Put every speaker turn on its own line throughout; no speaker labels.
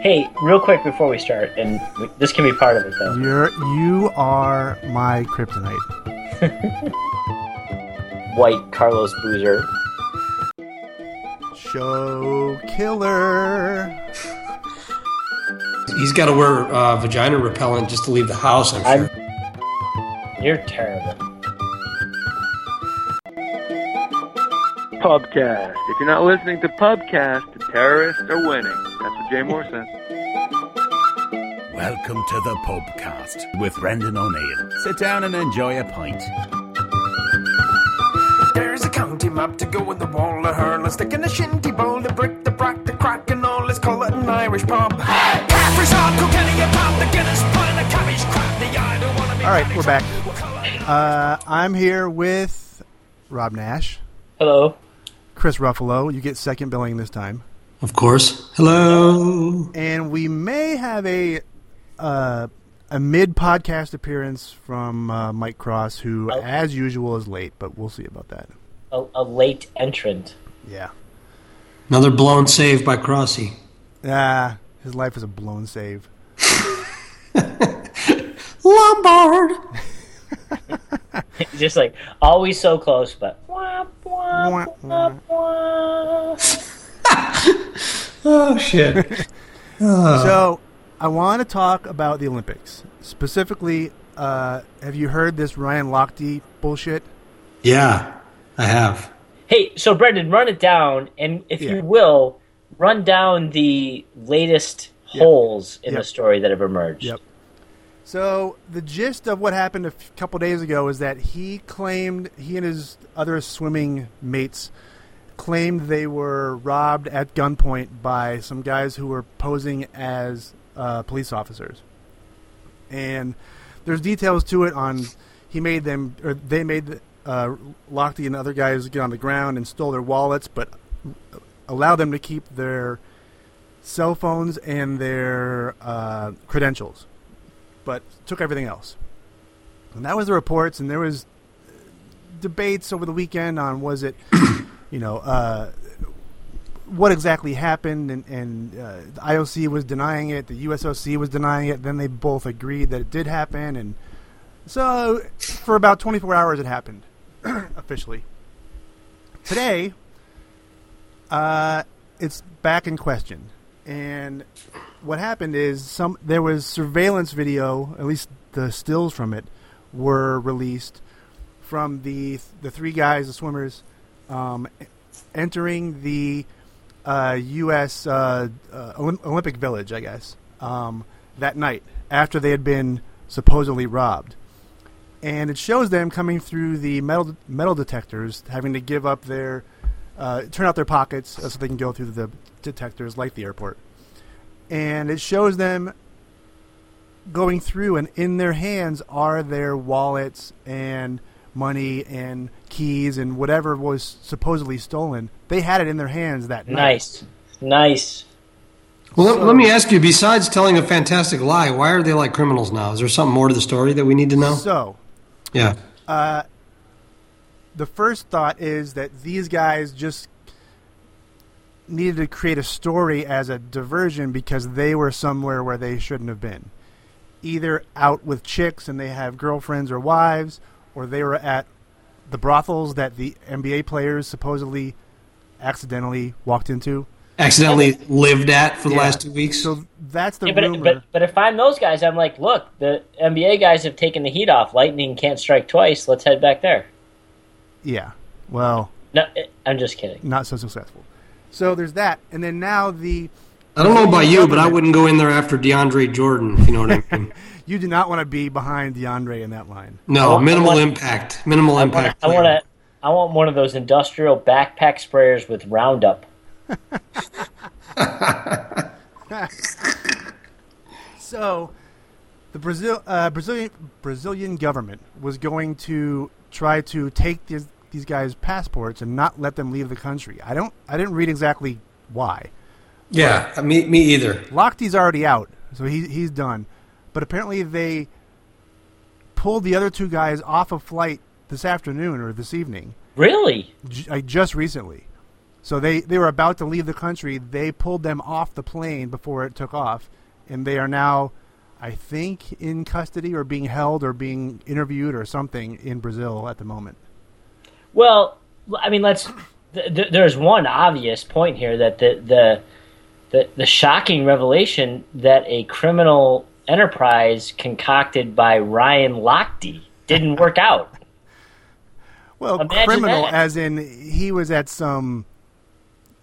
Hey, real quick before we start, and we, this can be part of it though.
You're you are my kryptonite.
White Carlos Boozer.
Show killer.
He's got to wear uh, vagina repellent just to leave the house. I'm
I'm.
sure.
You're terrible.
Pubcast. If you're not listening to Pubcast, the terrorists are winning. That's what Jay Moore says.
Welcome to the Pubcast with Brendan O'Neill. Sit down and enjoy a pint.
There's a county map to go in the wall, a hurl, a stick and a shinty bowl, a brick, the brack, the crack, and all. Let's call it an Irish pub. Caffrey's on, Kilkenny, a pub, the Guinness pint, and a cabbage crab, the I don't wanna be
All right,
manic,
we're
so
back.
we'll call it an
Uh, I'm here with Rob Nash,
Hello.
Chris Ruffalo. You get second billing this time,
Of course. Hello.
and we may have a uh, a mid podcast appearance from uh, Mike Cross, who,
Oh.
as usual, is late. But we'll see about that.
A, a late entrant.
Yeah.
Another blown save by Crossy.
Ah, his life is a blown save.
Lombard.
Just like always so close, but wah, wah,
Wah,
wah, wah.
Oh shit.
So I want to talk about the Olympics specifically. Uh, have you heard this Ryan Lochte bullshit?
yeah, I have.
Hey, so Brendan, run it down, and if
Yeah.
you will, run down the latest holes in
Yep.
the story that have emerged.
Yep. So the gist of what happened a f- couple days ago is that he claimed he and his other swimming mates claimed they were robbed at gunpoint by some guys who were posing as uh, police officers. And there's details to it on he made them or they made the- uh, Lochte and other guys get on the ground and stole their wallets, but allowed them to keep their cell phones and their uh, credentials but took everything else. And that was the reports, and there was uh, debates over the weekend on was it, you know, uh, what exactly happened, and, and uh, the IOC was denying it, the USOC was denying it. Then they both agreed that it did happen, and so for about 24 hours it happened officially. Today, uh, it's back in question, and what happened is some there was surveillance video, at least the stills from it were released from the the three guys, the swimmers, um, entering the uh, U.S. Uh, uh, Olymp- Olympic Village, I guess, um, that night after they had been supposedly robbed. And it shows them coming through the metal metal detectors, having to give up their uh, turn out their pockets uh, so they can go through the detectors like the airport and it shows them going through and in their hands are their wallets and money and keys and whatever was supposedly stolen they had it in their hands that night
Nice. Nice.
Well, let, let me ask you. Besides telling a fantastic lie, why are they like criminals now? Is there something more to the story that we need to know?
so
yeah.
the first thought is that these guys just needed to create a story as a diversion because they were somewhere where they shouldn't have been. Either out with chicks and they have girlfriends or wives, or they were at the brothels that the NBA players supposedly accidentally walked into.
Accidentally lived at for the
Yeah.
last two weeks.
So that's the
Yeah, but,
rumor.
but but if I'm those guys, I'm like, look, the NBA guys have taken the heat off. Lightning can't strike twice. Let's head back there.
yeah. Well,
No, eh, I'm just kidding.
not so successful. So there's that. And then now the
I don't know about you, but I wouldn't go in there after DeAndre Jordan. If you know what I mean?
you do not want to be behind DeAndre in that line.
No,
Well, I
minimal
want-
impact. Minimal impact.
I want to. I want one of those industrial backpack sprayers with Roundup.
So, the Brazil uh, Brazilian Brazilian government was going to try to take these these guys' passports and not let them leave the country. I don't I didn't read exactly why.
Yeah, me, me either.
Lochte's already out, so he he's done. But apparently they pulled the other two guys off a flight this afternoon or this evening,
Really?
j- like just recently. So they, they were about to leave the country. They pulled them off the plane before it took off, and they are now, I think, in custody or being held or being interviewed or something in Brazil at the moment.
Well, I mean, let's. Th- th- there's one obvious point here that the, the the the shocking revelation that a criminal enterprise concocted by Ryan Lochte didn't work out.
Well,
Imagine
criminal,
that.
as in he was at some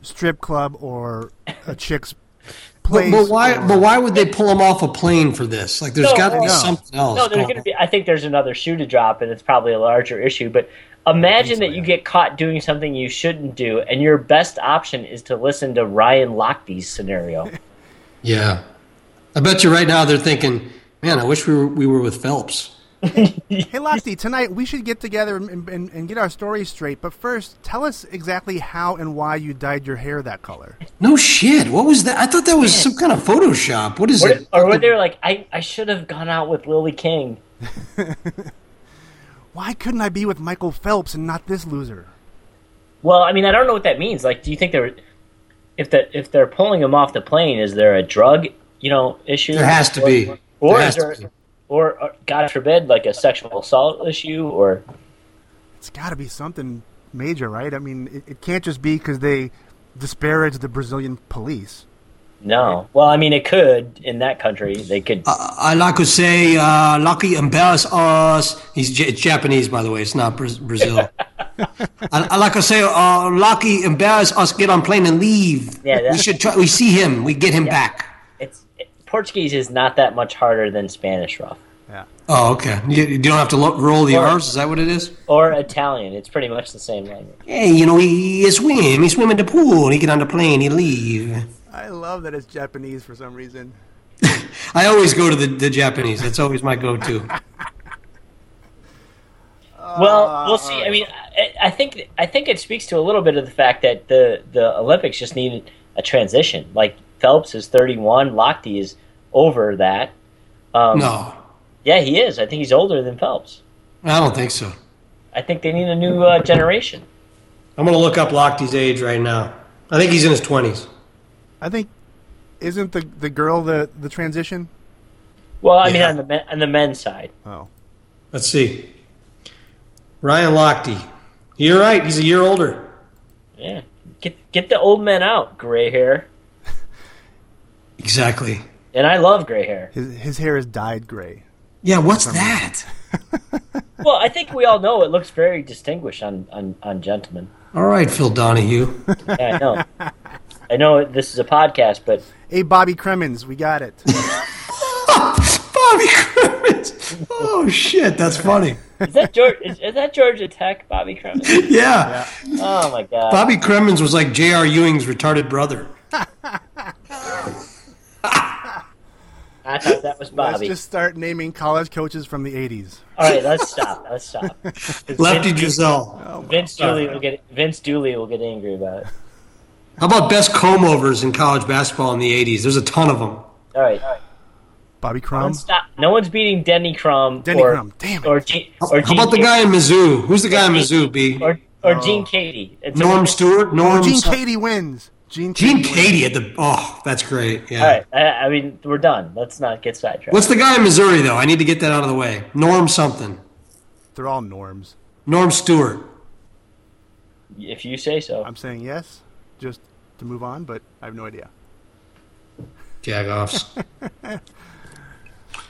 strip club or a chick's
But,
place.
but why?
or-
But why would they pull him off a plane for this? Like, there's
No,
got to be
no.
something else.
No, there's
going
going to
on.
be. I think there's another shoe to drop, and it's probably a larger issue. But imagine that you get caught doing something you shouldn't do, and your best option is to listen to Ryan Lochte's scenario.
Yeah, I bet you right now they're thinking, man, I wish we were we were with Phelps.
Hey, Lochte, tonight we should get together and, and, and get our stories straight. But first, tell us exactly how and why you dyed your hair that color.
No shit. What was that? I thought that was some kind of Photoshop. What is
or,
it?
or were they like, I, I should have gone out with Lily King.
Why couldn't I be with Michael Phelps and not this loser?
Well, I mean, I don't know what that means. Like, do you think they're if the if they're pulling him off the plane, is there a drug you know issue?
There has to
Or-
be.
Or
There
is
has to
there,
be.
or, or God forbid, like a sexual assault issue, or
It's got to be something major, right? I mean, it, it can't just be because they disparage the Brazilian police.
no? Well, I mean, it could in that country. They could.
Uh, I like to say, uh, lucky embarrass us. He's J- it's Japanese, by the way. It's not Bra- Brazil. I, I like to say, uh, lucky embarrass us. Get on plane and leave.
Yeah, that-
we should try. We see him. We get him back.
it's Portuguese is not that much harder than Spanish, rough
Yeah.
Oh, okay. You, you don't have to lo- roll the
Or-
R's. Is that what it is?
or Italian. It's pretty much the same language.
Hey, you know, he, he swim. He swim in the pool. He get on the plane. He leave.
I love that it's Japanese for some reason.
I always go to the, the Japanese. That's always my go-to.
Well, we'll see. I mean, I, I think I think it speaks to a little bit of the fact that the the Olympics just needed a transition. Like Phelps is 31, Lochte is over that.
No,
Yeah, he is. I think he's older than Phelps.
I don't think so.
I think they need a new uh, generation.
I'm gonna look up Lochte's age right now. I think he's in his 20s.
I think, isn't the, the girl the, the transition?
Well, I mean,
Yeah.
on the men, on the men's side,
Oh.
Let's see. Ryan Lochte. You're right. He's a year older.
yeah, get get the old men out, gray hair.
Exactly.
And I love gray hair.
His, his hair is dyed gray.
Yeah, what's that?
Well, I think we all know it looks very distinguished on on, on gentlemen.
All right, Phil Donahue.
Yeah, I know. I know this is a podcast, but
Hey, Bobby Cremins, we got it.
Bobby Crimmins. Oh shit, that's funny.
Is that George? Is, is that Georgia Tech Bobby Crumman?
Yeah.
Oh my God!
Bobby Crimmins was like J.R. Ewing's retarded brother.
I thought that was
Let's
Bobby.
just start naming college coaches from the 80s.
All right, let's stop. Let's stop. 'Cause
Lefty
Vin-
Giselle.
Vince Dooley will get Vince Dooley will get angry about it.
How about best comb overs in college basketball in the 80s? There's a ton of them.
All right, all right.
Bobby Crum.
Let's stop. No one's beating Denny Crum.
Denny
or,
Crum, damn it.
Or, Gene, or
How
Gene
about the
Cady-
guy in Mizzou? Who's the guy in Mizzou, B?
Or, or Gene Katie.
Norm Stewart? Norm
Oh, Gene
some-
Katie wins. Gene,
Gene
Cady
Katie at the oh, that's great. Yeah.
All right. I, I mean, we're done. Let's not get sidetracked.
What's the guy in Missouri though? I need to get that out of the way. Norm something.
wins. They're all norms.
Norm Stewart.
If you say so.
I'm saying yes, just to move on, but I have no idea.
Jagoffs.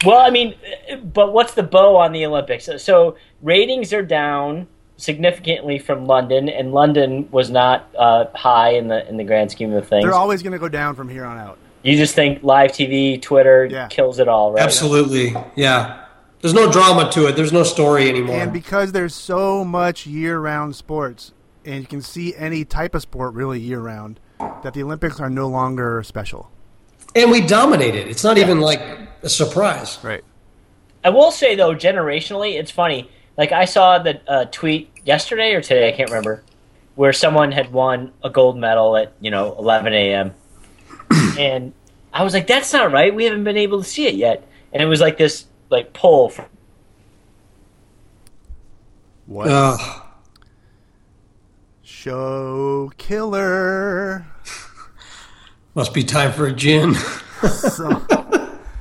Well, I mean, but what's the bow on the Olympics? So ratings are down significantly from London, and London was not uh, high in the in the grand scheme of things.
They're always going to go down from here on out.
you just think live TV, Twitter
Yeah.
kills it all, right?
Absolutely. Yeah. There's no drama to it. There's no story anymore.
And because there's so much year-round sports, and you can see any type of sport really year-round, that the Olympics are no longer special.
and we dominate it. It's not even like a surprise.
Right.
I will say though, generationally, it's funny. Like I saw the uh, tweet yesterday or today, I can't remember, where someone had won a gold medal at you know 11 a.m. and I was like, "That's not right. We haven't been able to see it yet." And it was like this like poll from
What?
Ugh.
Show killer.
Must be time for a gin.
So,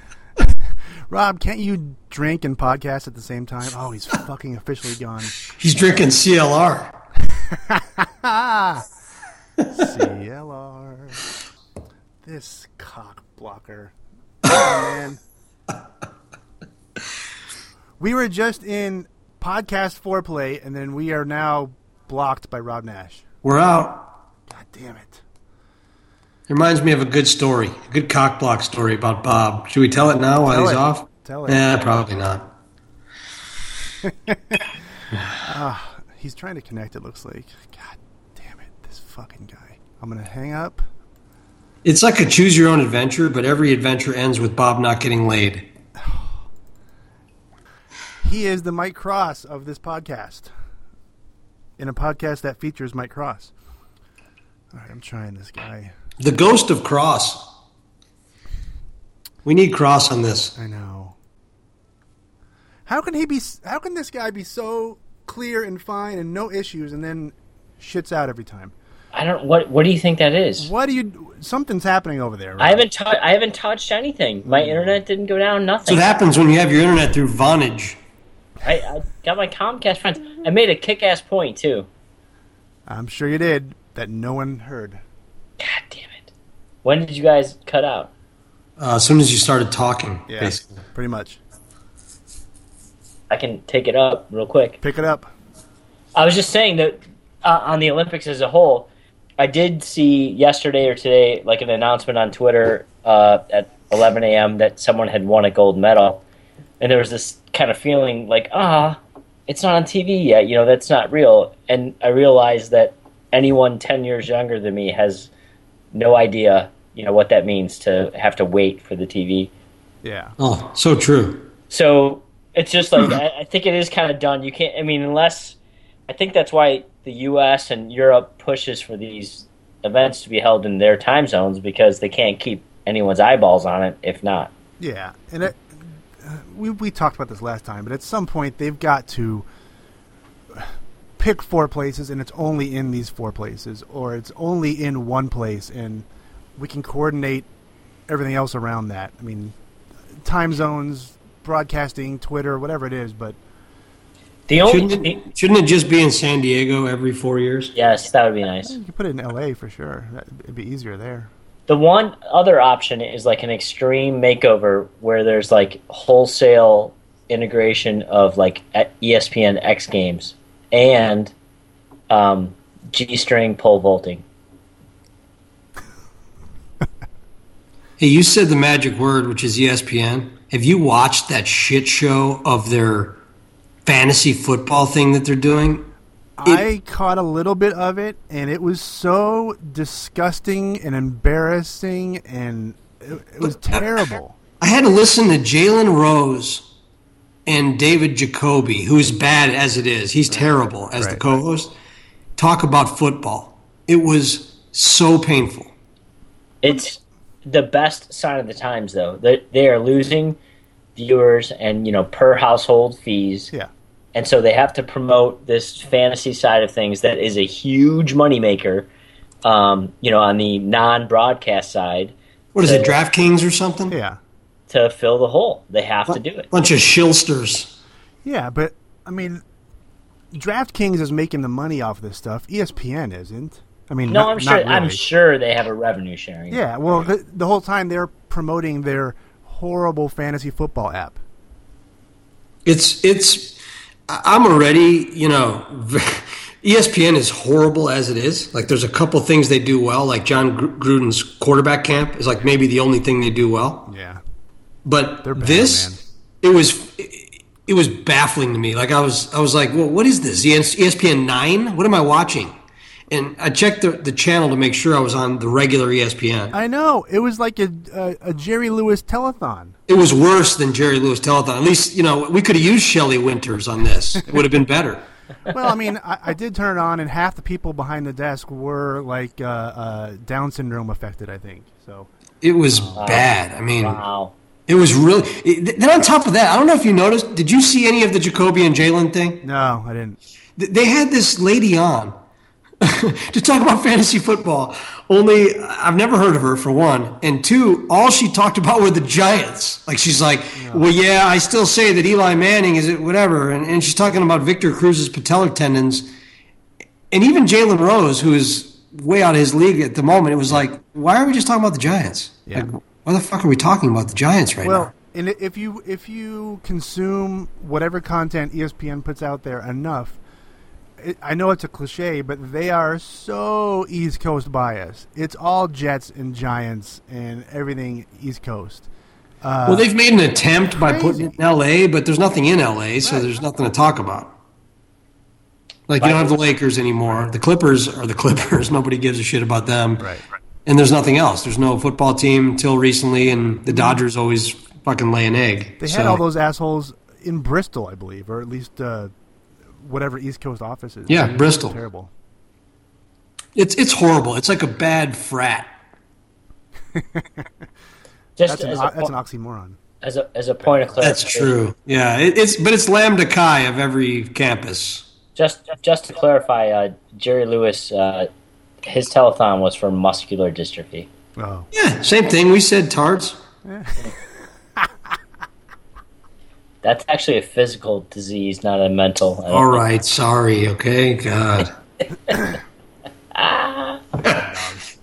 Rob, can't you drink and podcast at the same time? Oh, he's fucking officially gone.
He's drinking CLR.
CLR. This cock blocker. Oh, man. We were just in podcast foreplay, and then we are now blocked by Rob Nash.
We're out.
God damn it.
Reminds me of a good story, a good cock block story about Bob. Should we tell it now while
Tell
he's
it.
off?
Tell it.
Yeah, probably not.
He's trying to connect, it looks like. God damn it, this fucking guy. I'm going to hang up.
It's like a choose your own adventure, but every adventure ends with Bob not getting laid.
He is the Mike Cross of this podcast. In a podcast that features Mike Cross. All right, I'm trying this guy.
The ghost of Cross. We need Cross on this.
I know. How can he be? How can this guy be so clear and fine and no issues, and then shits out every time?
I don't. What What do you think that is?
What do you? Something's happening over there. Right?
I haven't. tou- I haven't touched anything. My internet didn't go down.
That's
Nothing.
what happens when you have your internet through Vonage.
I, I got my Comcast friends. I made a kick-ass point too.
I'm sure you did that. No one heard.
God damn it! When did you guys cut out?
Uh, as soon as you started talking,
Yeah,
basically.
pretty much.
I can take it up real quick.
Pick it up.
I was just saying that uh, on the Olympics as a whole, I did see yesterday or today like an announcement on Twitter uh, at 11 a.m. that someone had won a gold medal, and there was this kind of feeling like ah, it's not on TV yet. You know that's not real. And I realized that anyone 10 years younger than me has no idea you know what that means to have to wait for the TV.
Yeah.
Oh, so true.
So it's just like I, I think it is kind of done. You can't. I mean, unless I think that's why the U.S. and Europe pushes for these events to be held in their time zones because they can't keep anyone's eyeballs on it if not.
Yeah, and it, uh, we we talked about this last time, but at some point they've got to pick four places, and it's only in these four places, or it's only in one place, and we can coordinate everything else around that. I mean, time zones, broadcasting, Twitter, whatever it is, but
The only
Shouldn't it, shouldn't it just be in San Diego every four years?
yes, that would be nice.
you can put it in L.A. for sure. That- It'd be easier there.
The one other option is like an extreme makeover where there's like wholesale integration of like e- ESPN X Games and um, G string pole vaulting.
Hey, you said the magic word, which is E ESPN. Have you watched that shit show of their fantasy football thing that they're doing?
I caught a little bit of it, and it was so disgusting and embarrassing, and it, it was terrible.
I had to listen to Jalen Rose and David Jacoby, who's bad as it is. He's terrible as the
Right.
co host, talk about football. It was so painful.
It's the best sign of the times, though. They, they are losing viewers and you know per household fees,
Yeah,
and so they have to promote this fantasy side of things that is a huge moneymaker. Um, you know, on the non-broadcast side,
What is
Yeah.
it, DraftKings or something?
yeah,
to fill the hole, they have to do it.
Bunch of shilsters.
yeah. But I mean, DraftKings is making the money off this stuff. E ESPN isn't. I mean,
No,
not-
I'm sure.
not
I'm
really.
sure they have a revenue sharing.
Yeah, well, the, the whole time they're promoting their horrible fantasy football app.
It's it's. I- I'm already, you know, E ESPN is horrible as it is. Like, there's a couple things they do well. Like John Gr- Gruden's quarterback camp is like maybe the only thing they do well.
Yeah,
But
They're bad, man.
this, it was, it, it was baffling to me. Like, I was, I was like, well, what is this? E ES- ESPN nine? What am I watching? And I checked the, the channel to make sure I was on the regular E ESPN.
I know. It was like a a, a Jerry Lewis telethon.
it was worse than Jerry Lewis telethon. At least, you know, we could have used Shelley Winters on this. It would have been better.
well, I mean, I, I did turn it on, and half the people behind the desk were like uh, uh, Down syndrome affected. I think so.
It was bad. I mean,
Wow.
it was really. It, then on top of that, I don't know if you noticed. Did you see any of the Jacoby and Jalen thing?
No, I didn't.
Th- They had this lady on to talk about fantasy football. Only I've never heard of her for one, and two, all she talked about were the Giants. Like she's like, well, yeah, I still say that Eli Manning is it whatever, and, and she's talking about Victor Cruz's patellar tendons, and even Jalen Rose, who is way out of his league at the moment. It was like, why are we just talking about the Giants?
Yeah.
Like, why the fuck are we talking about the Giants right now?
Well, and i- if you if you consume whatever content E ESPN puts out there enough, it, I know it's a cliche, but they are so East Coast biased. It's all Jets and Giants and everything East Coast.
well, they've made an attempt by
Crazy.
putting it in L.A., but there's nothing in L.A., so there's nothing to talk about. Like you don't have the Lakers anymore. The Clippers are the Clippers. Nobody gives a shit about them.
Right.
And there's nothing else. There's no football team till recently, and the Dodgers always fucking lay an egg.
Mm-hmm. They
So-
had all those assholes in Bristol, I believe, or at least uh, whatever East Coast offices.
Yeah,
It was
Bristol.
Terrible.
It's it's horrible. It's like a bad frat.
Just
That's an,
as,
o-
a,
that's an
po-
oxymoron.
as, a, as a point of
That's
clarification.
true. Yeah, it, it's but it's lambda chi of every campus.
Just just to clarify, uh, Jerry Lewis, uh, his telethon was for muscular dystrophy.
Oh,
Yeah, same thing. We said tards.
That's actually a physical disease, not a mental.
All right, sorry, okay? God.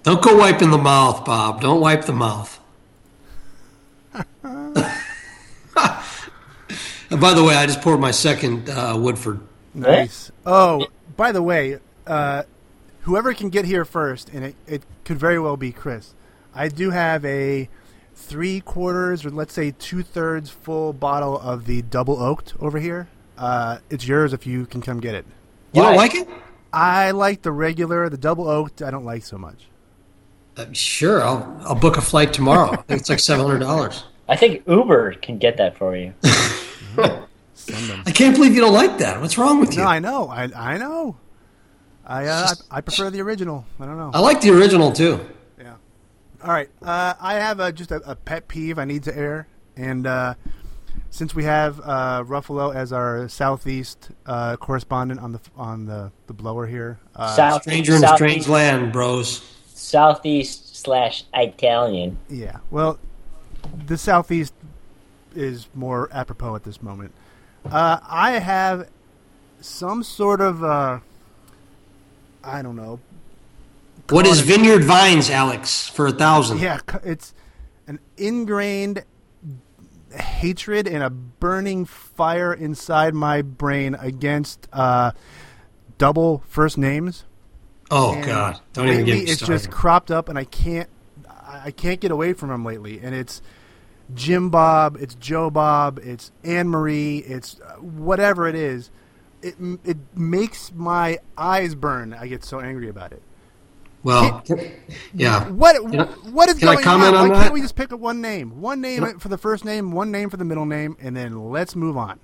Don't go wiping the mouth, Bob. Don't wipe the mouth. And by the way, I just poured my second uh, Woodford.
nice. Oh, by the way, uh, whoever can get here first, and it, it could very well be Chris. I do have a three quarters, or let's say two thirds, full bottle of the double oaked over here. Uh, it's yours if you can come get it.
You don't
Why?
like it?
I like the regular, the double oaked. I don't like so much.
Uh, sure, I'll, I'll book a flight tomorrow. I think it's like $700.
I think Uber can get that for you.
I can't believe you don't like that. What's wrong with you?
No,
I,
I know, I, I know. I uh, I prefer the original. I don't know.
like the original, too.
Yeah. All right. Uh, I have a, just a, a pet peeve I need to air, and uh, since we have uh, Ruffalo as our southeast uh, correspondent on the on the, the blower here, uh,
South,
Stranger in a
southeast-
strange land, bros.
Southeast slash Italian.
yeah. Well, the southeast is more apropos at this moment. Uh, I have some sort of uh, I don't know
What is Vineyard Vines, Alex, for a thousand?
Yeah, c- it's an ingrained hatred and a burning fire inside my brain against uh, double first names.
Oh,
And
God. Don't even get
lately
me
It's
started.
just cropped up, and I can't, I I can't get away from them lately. And it's Jim Bob, it's Joe Bob, it's Anne Marie, it's uh, whatever it is. It m- it makes my eyes burn. I get so angry about it.
Well, yeah.
What
I-
what is
can I
going
comment
on?
on
Why
that?
can't we just pick up one name? One name for the first name, one name for the middle name, and then let's move on.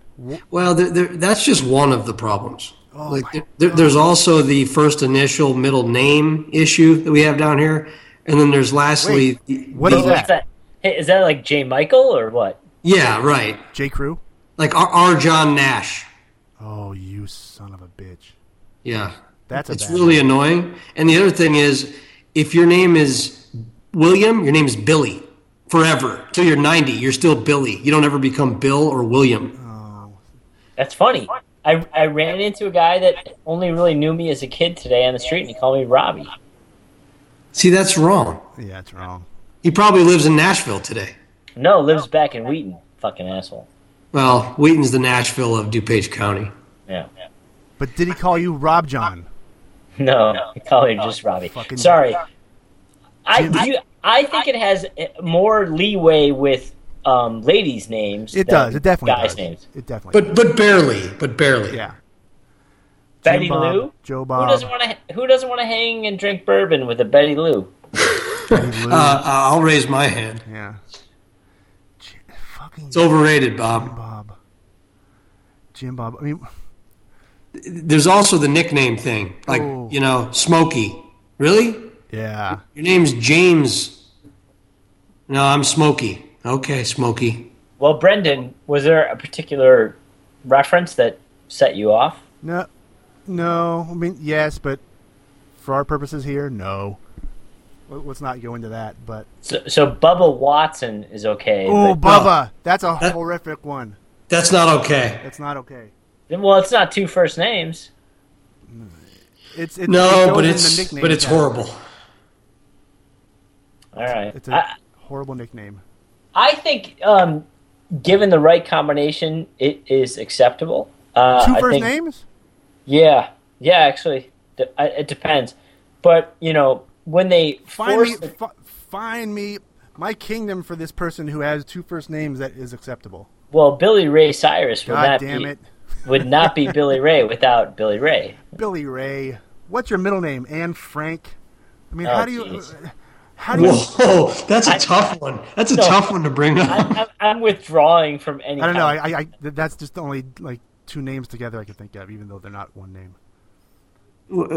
Well, there, there, that's just one of the problems. like
Oh, my
there- there, there's also the first initial middle name issue that we have down here, and then there's lastly
Wait,
the,
what
the-
is that?
Is that, hey, is that like J. Michael or what?
Yeah, right.
J. Crew.
Like our, our John Nash.
Oh, you son of a bitch.
Yeah,
That's a
it's
bad
really annoying. And the other thing is, if your name is William, your name's Billy forever till you're 90. You're still Billy. You don't ever become Bill or William.
Oh,
That's funny. I, I ran into a guy that only really knew me as a kid today on the street, and he called me Robbie.
See, that's wrong.
one. Yeah, it's wrong.
He probably lives in Nashville today.
No, lives back in Wheaton. Fucking asshole.
Well, Wheaton's the Nashville of DuPage County.
Yeah.
But did he call you Rob John?
No, he called me just Robbie.
Fucking-
Sorry. I, you, I think it has more leeway with um, ladies' names.
It
than
does. It definitely
guys'
does.
names.
It definitely.
But but barely, but barely.
yeah,
Betty
Jim Bob,
Lou.
Joe
Who
Bob.
doesn't want to? Who doesn't want to hang and drink bourbon with a Betty Lou?
Uh, uh, I'll raise my hand.
yeah. J- fucking
It's overrated,
Jim
Bob.
Bob. Jim Bob. I mean,
There's also the nickname thing, like
Oh.
you know, Smokey. Really?
yeah.
Your name's James? No, I'm Smokey. Okay, Smokey.
Well, Brendan, was there a particular reference that set you off?
No, no. I mean, yes, but for our purposes here, no. Let- Let's not go into that. But
So, so Bubba Watson is okay.
oh,
but-
Bubba, that's a
That-
horrific one.
That's not okay.
That's not okay.
well, it's not two first names.
It's, it's it
No,
goes
but
in the
it's
nickname
but it's
category.
horrible.
All right.
It's a
I,
horrible nickname.
I think, um, given the right combination, it is acceptable. Uh,
Two
I
first
think-
names?
Yeah, yeah. Actually, D- I- it depends. But you know, when they
Find
force
me,
the-
fi- find me my kingdom for this person who has two first names that is acceptable.
well, Billy Ray Cyrus would
God
not
damn
be
it,
would not be Billy Ray without Billy Ray.
Billy Ray. What's your middle name? Anne Frank. I mean,
Oh,
how do you?
jeez.
How do you?
Whoa, that's a tough one. That's a
No.
tough one to bring up.
I, I'm, I'm withdrawing from any.
I don't know. I,
kind.
I, I th- that's just the only like two names together I can think of, even though they're not one name.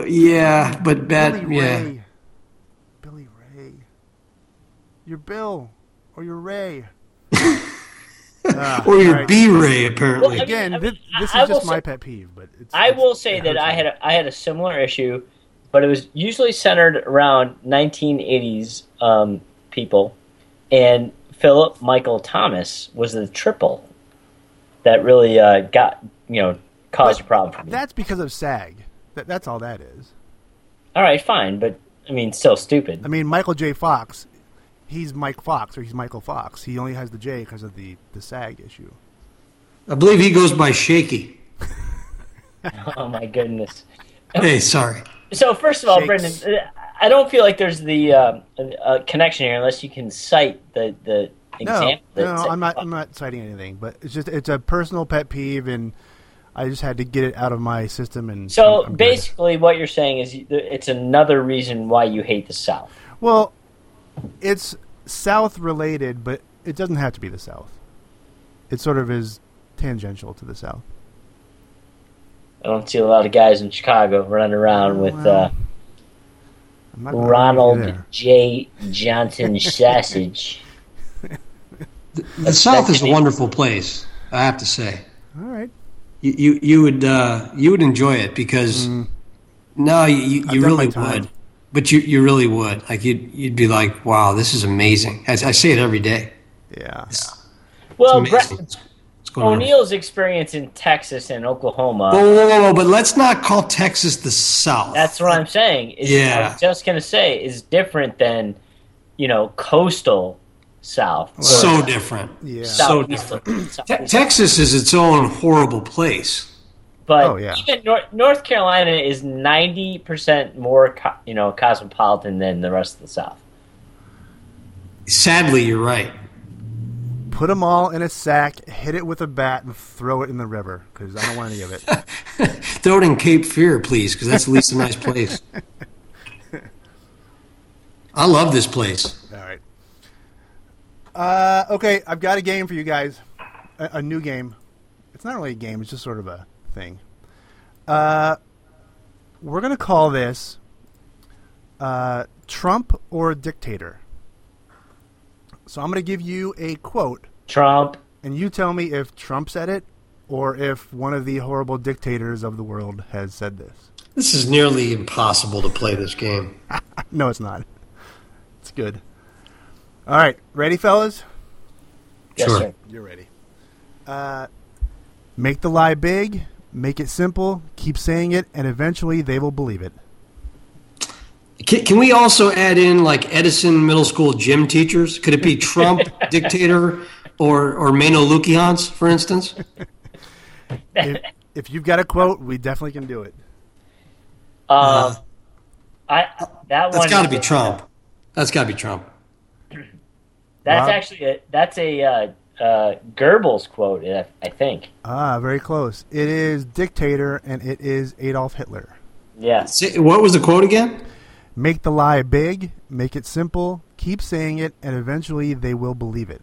yeah, but that
Billy
yeah.
Ray. Billy Ray. You're Bill or you're Ray. Ah,
Or your
all right.
B Ray apparently.
Well, I mean,
Again,
I mean,
thi- this,
I- I
is just
will
my
say-
pet peeve, but it's,
I
it's-
will say
it
that
hurts
I
me.
had a, I had a similar issue, but it was usually centered around 1980s um, people, and Philip Michael Thomas was the triple that really uh, got you know caused a problem for me.
That's because of SAG. That, that's all that is.
All right, fine, but I mean, still stupid.
I mean, Michael J. Fox, he's Mike Fox or he's Michael Fox. He only has the J because of the, the SAG issue.
I believe he goes by Shaky.
oh my goodness.
Oh.
Hey, sorry.
So first of all,
Shakes.
Brendan, uh, I don't feel like there's the um, uh, connection here unless you can cite the the
No,
example.
no,
that's-
I'm not. I'm not citing anything, but it's just it's a personal pet peeve, and I just had to get it out of my system. And
So
I'm- I'm good.
basically, what you're saying is you- it's another reason why you hate the South.
well, it's South related, but it doesn't have to be the South. It sort of is tangential to the South.
I don't see a lot of guys in Chicago running around with uh,
Well, I'm not gonna argue
Ronald
there.
J. Johnson sausage.
The Uh, South is a wonderful place, I have to say.
All right,
You you, you would uh, you would enjoy it because no, you, you, you
Mm-hmm. done my
really
time.
would. But you, you really would. Like you'd you'd be like, wow, this is amazing. I, I say it every day.
yeah.
Well,
Amazing.
Brett
What's- what's going on?
O'Neill's experience in Texas and Oklahoma.
Whoa, whoa, whoa, whoa, but let's not call Texas the South.
That's what I'm saying. Is,
Yeah.
I was just gonna say is different than you know coastal South. or
so different.
Yeah.
So
Southeastern-
different.
Southeastern.
Te- Texas is its own horrible place.
But
Oh, yeah.
even North, North Carolina is ninety percent more, co- you know, cosmopolitan than the rest of the South.
Sadly, you're right.
Put them all in a sack, hit it with a bat, and throw it in the river because I don't want any of it.
Throw it in Cape Fear, please, because that's at least a nice place. I love this place.
All right. Uh, okay, I've got a game for you guys. A, a new game. It's not really a game, it's just sort of a thing. Uh, we're going to call this uh, Trump or Dictator. So I'm going to give you a quote,
Trump,
and you tell me if Trump said it or if one of the horrible dictators of the world has said this.
This is nearly impossible to play this game.
No, it's not. It's good. All right, ready, fellas?
yes,
Sure.
sir.
You're ready. Uh, make the lie big, make it simple, keep saying it, and eventually they will believe it.
Can, can we also add in like Edison Middle School gym teachers? Could it be Trump, dictator, or or Mano Lukians, for instance?
If, if you've got a quote, we definitely can do it.
Um, I that
Uh-huh. That's
one.
got to be Trump. That's got to be Trump.
That's
Wow.
actually a, that's a uh, uh, Goebbels quote, I I think.
Ah, very close. It is dictator, and it is Adolf Hitler.
Yeah.
Say- What was the quote again?
Make the lie big, make it simple, keep saying it, and eventually they will believe it.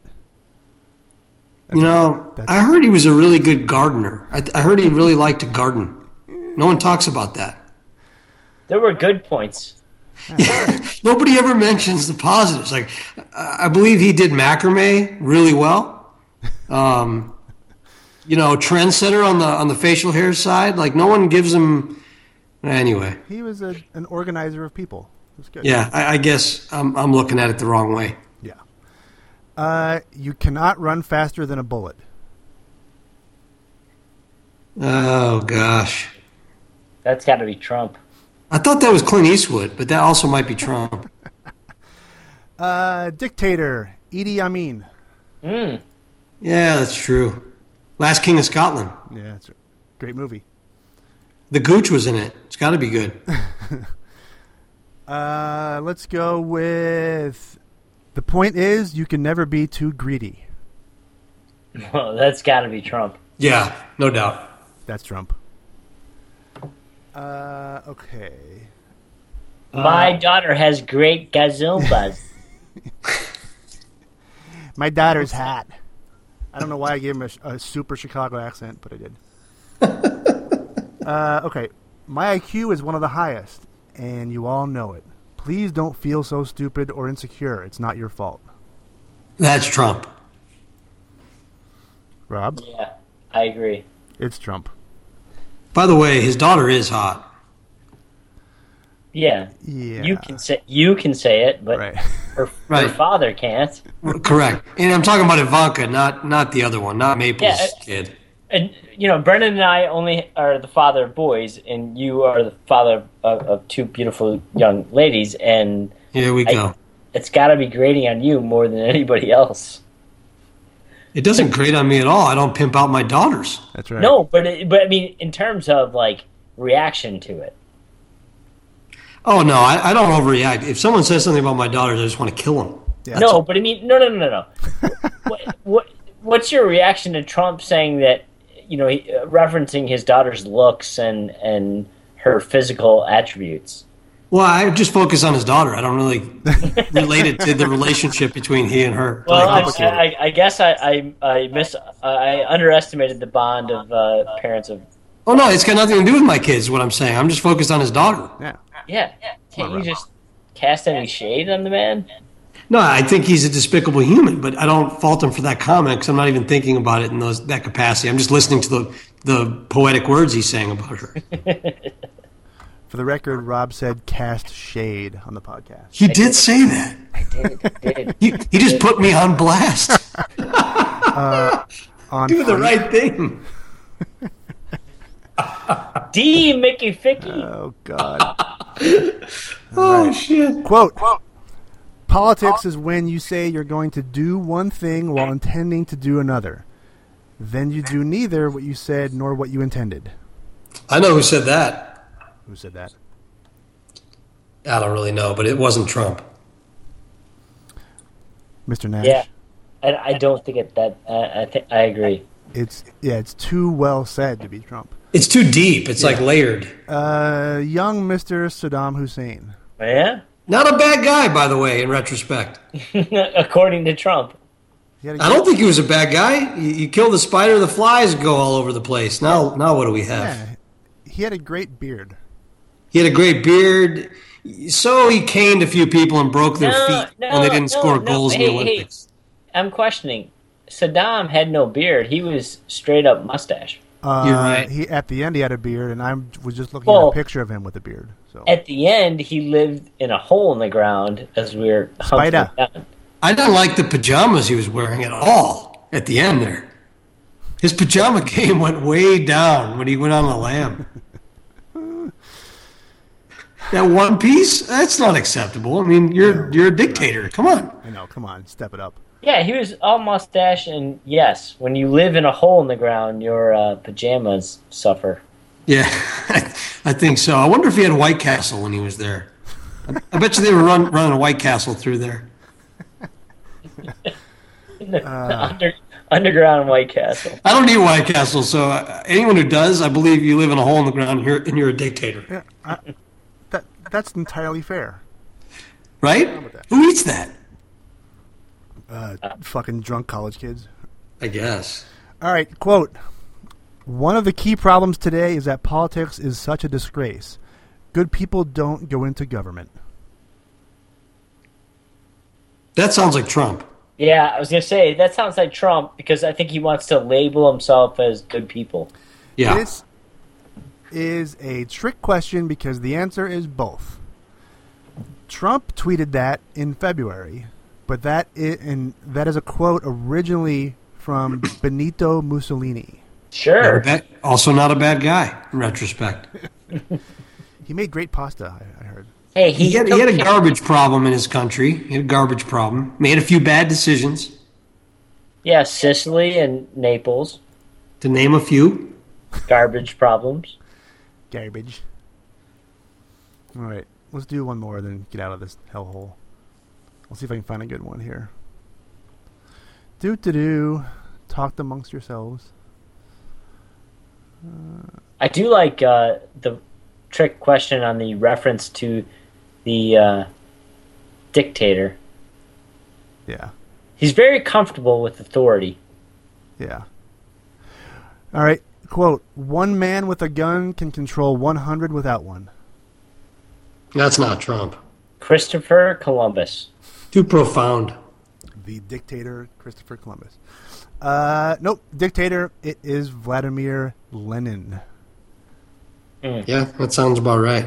You know,
That's-
I heard he was a really good gardener. I, I heard he really liked to garden. No one talks about that.
There were good points.
Nobody ever mentions the positives. Like, I I believe he did macrame really well. Um, you know, trendsetter on the on the facial hair side. Like, no one gives him Anyway,
He was a, an organizer of people. It was good.
yeah, I, I guess I'm, I'm looking at it the wrong way.
Yeah. Uh, you cannot run faster than a bullet.
Oh gosh,
That's got to be Trump.
I thought that was Clint Eastwood, but that also might be Trump.
Uh, dictator Idi Amin.
Yeah, that's true. Last King of Scotland.
Yeah, that's a great movie.
The Gooch was in it. It's got to be good.
Uh, let's go with. The point is, you can never be too greedy.
Well, that's got to be Trump.
Yeah, no doubt.
That's Trump. Uh, okay.
Uh-huh.
My daughter has great gazumbas.
My daughter's hat. I don't know why I gave him a, sh- a super Chicago accent, but I did. uh, okay. My IQ is one of the highest, and you all know it. Please don't feel so stupid or insecure. It's not your fault.
That's Trump.
Rob,
yeah, I agree.
it's Trump.
By the way, his daughter is hot.
Yeah.
Yeah.
You can say you can say it, but
Right.
her,
Right.
her father can't.
Correct. And I'm talking about Ivanka, not not the other one, not Maple's
Yeah, I-
kid.
And you know, Brendan and I only are the father of boys, and you are the father of, of two beautiful young ladies, and
Here we
I-
go.
it's got to be grating on you more than anybody else.
It doesn't grate on me at all. I don't pimp out my daughters.
That's right.
No, but it, but I mean, in terms of like reaction to it,
Oh no, I, I don't overreact. If someone says something about my daughters, I just want to kill them.
Yeah.
no, but I mean, no, no, no, no, no. what, what what's your reaction to Trump saying that? You know, he, uh, referencing his daughter's looks and and her physical attributes.
Well, I just focus on his daughter. I don't really relate it to the relationship between he and her.
Well,
Like,
I, I, I guess I I, I miss I underestimated the bond of uh, parents of
oh no, it's got nothing to do with my kids. Is what I'm saying. I'm just focused on his daughter.
Yeah.
yeah. Can't you just cast any shade on the man?
No, I think he's a despicable human, but I don't fault him for that comment because I'm not even thinking about it in those that capacity. I'm just listening to the the poetic words he's saying about her.
For the record, Rob said cast shade on the podcast.
He did say that.
Did-
He, he just put me on blast.
On
Do the
Freak-
right thing.
D Mickey Ficky.
Uh,
Oh, God.
Oh shit.
Quote Politics is when you say you're going to do one thing while intending to do another. Then you do neither what you said nor what you intended.
I know who said that.
Who said that?
I don't really know, but it wasn't Trump.
Mr. Nash.
Yeah, and I don't think it that uh, I I, think I agree.
It's yeah, it's too well said to be Trump.
It's too deep. It's like layered.
Uh, young Mr. Saddam Hussein.
Oh,
Yeah,
Not a bad guy, by the way. In retrospect,
according to Trump.
He had a
I don't think he was a bad guy. You, you kill the spider, the flies go all over the place. Now, now what do we have?
yeah, he had a great beard.
He had a great beard. So he caned a few people and broke their
No,
feet
no,
when they didn't
no,
score
no.
goals
Hey, hey.
in the Olympics.
I'm questioning. Saddam had no beard. He was straight up mustache.
Uh,
You're right.
He at the end he had a beard, and I was just looking
Well-
at a picture of him with a beard. So
At the end, he lived in a hole in the ground as we were hunting
Spider.
him down.
I don't like the pajamas he was wearing at all at the end there. His pajama game went way down when he went on the lamb. that one piece? That's not acceptable. I mean, you're you're a dictator. Come on.
I know, come on, step it up.
Yeah, he was all mustache, and yes, when you live in a hole in the ground, your uh, pajamas suffer.
Yeah, I think so. I wonder if he had White Castle when he was there. I bet you they were run, running a White Castle through there.
Under, underground White Castle.
I don't need White Castle, so uh, anyone who does, I believe you live in a hole in the ground and you're, and you're a dictator,
That that's entirely fair.
right? Who eats that?
Uh, Fucking drunk college kids.
I guess.
All right, quote. One of the key problems today is that politics is such a disgrace. Good people don't go into government.
That sounds like Trump.
Yeah, I was gonna say that sounds like Trump because I think he wants to label himself as good people.
Yeah.
It's is a trick question because the answer is both. Trump tweeted that in February, but that is, and that is a quote originally from Benito Mussolini.
Sure.
That- also not a bad guy in retrospect.
He made great pasta, I, I heard.
Hey, he,
He had, he had a
took-
garbage problem in his country. He had a garbage problem. Made a few bad decisions,
Yeah, Sicily and Naples.
to name a few.
Garbage problems.
Garbage. All right, let's do one more, then get out of this hellhole. Let's see if I can find a good one here. Do to do, talked amongst yourselves.
I do like uh, the trick question on the reference to the uh, dictator.
Yeah.
He's very comfortable with authority.
Yeah. All right. Quote: One man with a gun can control 100 without one.
That's not Trump.
Christopher Columbus.
Too profound.
The dictator Christopher Columbus. Uh, nope. Dictator. It is Vladimir Lenin.
Yeah, that sounds about right.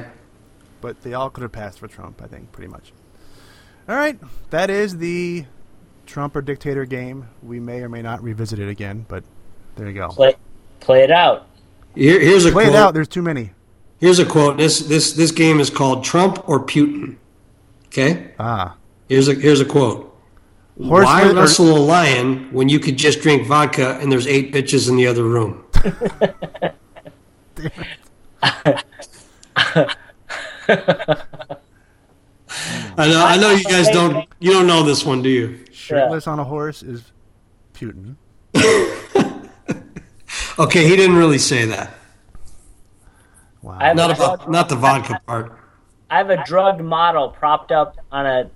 But they all could have passed for Trump, I think, pretty much. All right. That is the Trump or dictator game. We may or may not revisit it again, but there you go.
Play, play it out.
Here, here's a
Play
quote.
it out. There's too many.
Here's a quote. This this this game is called Trump or Putin. Okay.
Ah.
Here's a here's a quote.
Horse
Why
litter-
wrestle a lion when you could just drink vodka and there's eight bitches in the other room? I know. I know you guys don't. You don't know this one, do you?
Shirtless on a horse is Putin.
Okay, he didn't really say that.
Wow.
I have,
Not
I have-
about not the vodka part.
I have a drugged model propped up on a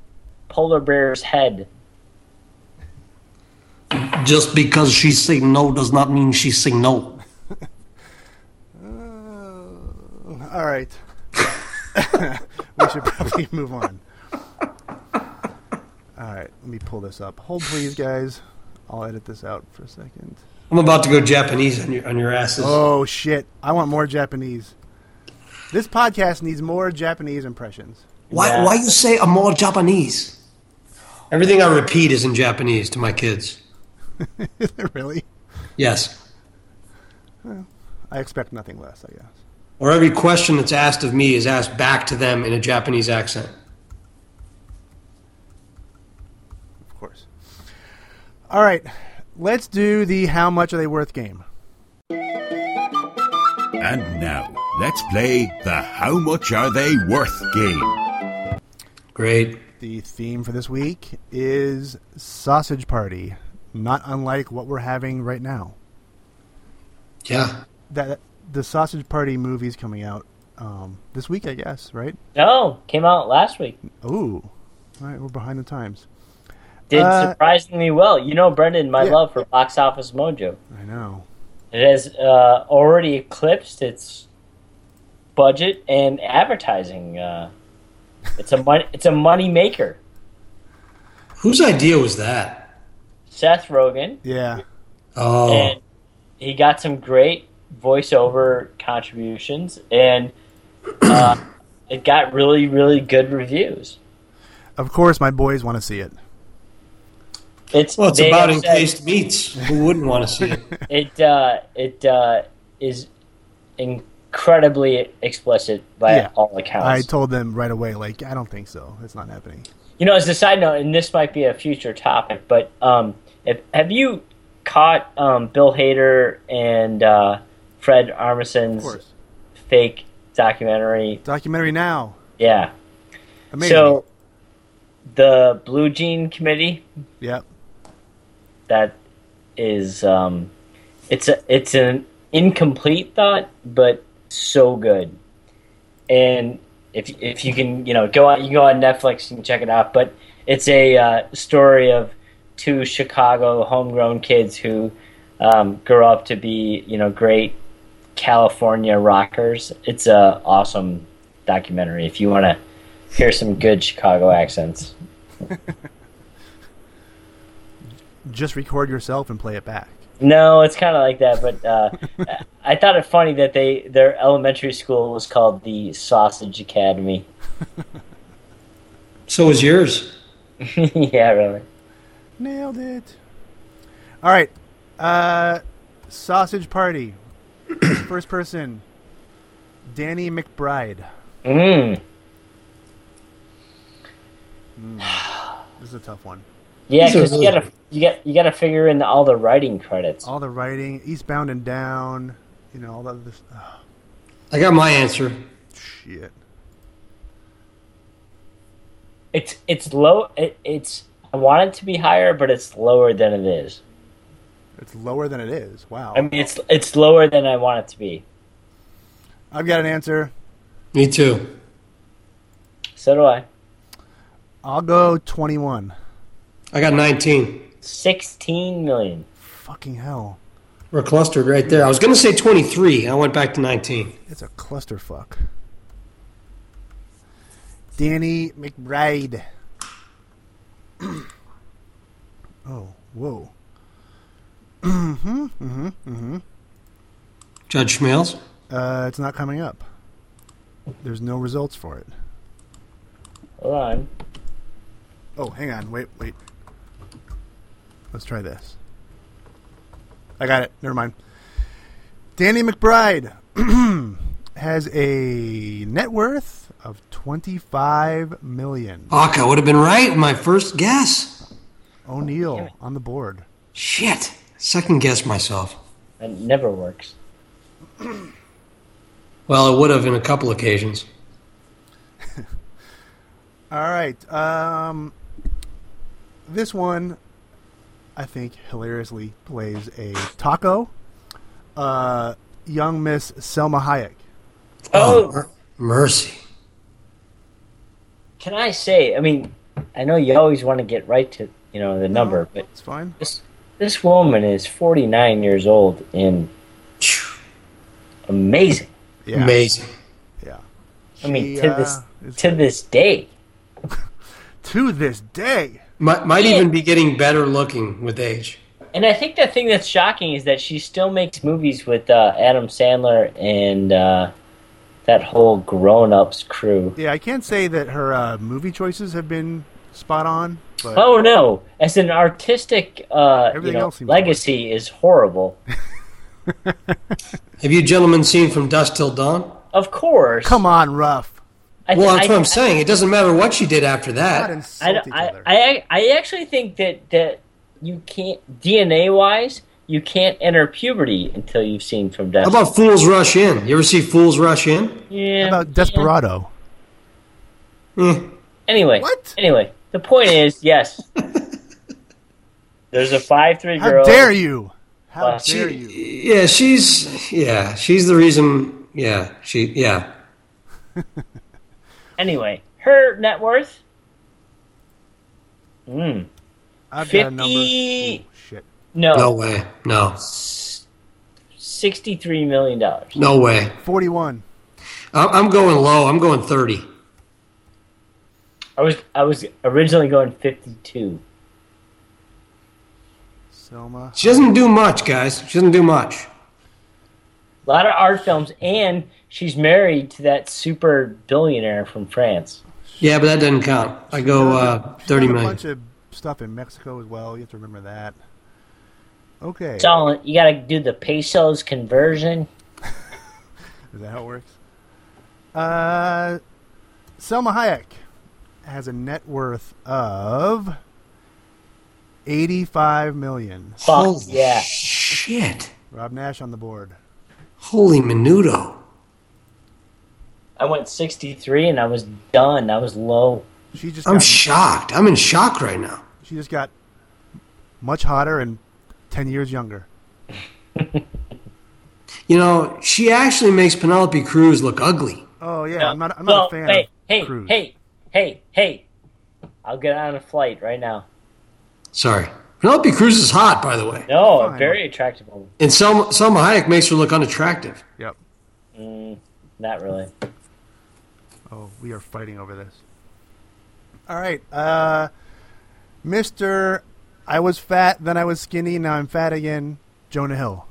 polar bear's head.
Just because she's saying no does not mean she's saying no.
All right. we should probably move on. All right, let me pull this up. Hold, please, guys. I'll edit this out for a second.
I'm about to go Japanese on your on your asses.
Oh, shit. I want more Japanese. This podcast needs more Japanese impressions.
Why,
Yeah.
why you say I'm all Japanese? Everything I repeat is in Japanese to my kids.
really?
Yes.
I expect nothing less, I guess.
Or every question that's asked of me is asked back to them in a Japanese accent.
Of course. All right, let's do the how much are they worth game.
And now, let's play the How Much Are They Worth game.
Great.
The theme for this week is Sausage Party, not unlike what we're having right now.
Yeah.
that the Sausage Party movie's coming out um, this week, I guess, right?
No, came out last week.
Ooh, all right, we're behind the times.
Did
Uh,
surprisingly well. You know, Brendan, my
Yeah.
love for Box Office Mojo.
I know.
It has uh, already eclipsed its budget and advertising. Uh, it's a mon- it's a money maker.
Whose idea was that?
Seth Rogen,
Yeah,
Oh,
and he got some great voiceover contributions, and uh, it got really really good reviews.
of course, my boys want to see it.
It's
well, it's
they
about
have said
encased meats. Who wouldn't want to see it?
It uh, it uh, is incredibly explicit by
Yeah.
all accounts.
I told them right away, like, I don't think so. It's not happening.
You know, as a side note, and this might be a future topic, but um, if, have you caught um, Bill Hader and uh, Fred
Of
Armisen's
course,
fake documentary?
documentary now.
Yeah.
Amazing.
So the Blue Jean Committee
yep.
that is um, it's a it's an incomplete thought, but so good. And if if you can you know go on you can go on Netflix and check it out, but it's a uh, story of two Chicago homegrown kids who um, grow up to be you know great California rockers. It's a awesome documentary if you want to hear some good Chicago accents.
Just record yourself and play it back.
No, it's kind of like that, but uh, I thought it funny that they their elementary school was called the Sausage Academy.
So was yours.
yeah, really.
Nailed it. All right. Uh, sausage party. First person, Danny McBride.
Mm.
This is a tough one.
Yeah,
These are
because you
really- Oh.
gotta you got you gotta figure in all the writing credits.
All the writing, Eastbound and Down, you know, all that other oh,
I got my answer.
shit.
It's it's low. It, it's I want it to be higher, but it's lower than it is.
It's lower than it is. Wow.
I mean, it's it's lower than I want it to be.
I've got an answer.
Me too.
So do I.
I'll go 21.
I got 19.
Sixteen million.
Fucking hell.
We're clustered right there. I was going to say 23. I went back to 19.
It's a clusterfuck. Danny McBride. oh, whoa.
Judge Schmales?
Uh, it's not coming up. There's no results for it.
Hold on.
Oh, hang on. Wait, wait. Let's try this. I got it. Never mind. Danny McBride has a net worth of 25 million.
Fuck, I would have been right in my first guess.
O'Neill on the board.
Shit. Second guess myself.
It never works.
Well, it would have in a couple occasions.
All right. Um, this one, I think, hilariously plays a taco. Uh, young Miss Selma Hayek.
Oh,
mer- mercy.
can I say? I mean, I know you always want to get right to you know the number, but
It's fine.
this this woman is forty nine years old and
Phew.
amazing.
Yeah.
Amazing.
Yeah.
I mean,
She,
to this
uh, is
to
good.
this day,
to this day.
Might, might even be getting better looking with age.
and I think the thing that's shocking is that she still makes movies with uh, Adam Sandler and uh, that whole grown ups crew.
Yeah, I can't say that her uh, movie choices have been spot on, but
Oh no! As an artistic, uh, you
Everything
know,
else seems
legacy is horrible.
Have you gentlemen seen From Dusk Till Dawn?
Of course,
come on, rough.
I,
Well, that's
I-
what I'm
I-
saying. It doesn't matter what she did after
Not
that.
I,
insult each
I,
other.
I, I actually think that, that you can't DNA wise you can't enter puberty until you've seen from death.
How about Fools Rush In? You ever see Fools Rush In?
yeah,
About Desperado.
Eh.
Anyway,
What?
Anyway, the point is yes. There's a five three
How
girl.
dare you? How
Wow.
dare you?
Yeah, she's yeah, she's the reason. Yeah, she yeah.
Anyway, her net worth. Mm,
I've got a number.
Fifty.
Oh, shit.
No,
No way. No.
sixty three million dollars.
No way.
41.
I- I'm going low. I'm going thirty.
I was I was originally going fifty two.
Selma.
She doesn't do much, guys. She doesn't do much.
A lot of art films, and she's married to that super billionaire from France.
Yeah, but that doesn't count. I go uh,
She's
thirty
done A
million.
bunch of stuff in Mexico as well. You have to remember that. Okay.
It's all you got to do the pesos conversion.
Is that how it works? Uh, Selma Hayek has a net worth of 85 million.
Fuck
Holy
yeah!
Shit.
Rob Nash on the board.
Holy menudo.
I went sixty three, and I was done. I was low.
She just
I'm
got,
shocked. I'm in shock right now.
she just got much hotter and 10 years younger.
You know, she actually makes Penelope Cruz look ugly.
Oh yeah, I'm not I'm
well,
not a fan
hey,
of
hey,
Cruz.
hey, hey, hey! I'll get on a flight right now.
Sorry. Penelope Cruz is hot, by the way.
No,
Fine.
a very attractive woman.
And Selma, Selma Hayek makes her look unattractive.
Yep.
Not really.
Oh, we are fighting over this. All right. Uh Mr. I was fat, then I was skinny, now I'm fat again. Jonah Hill.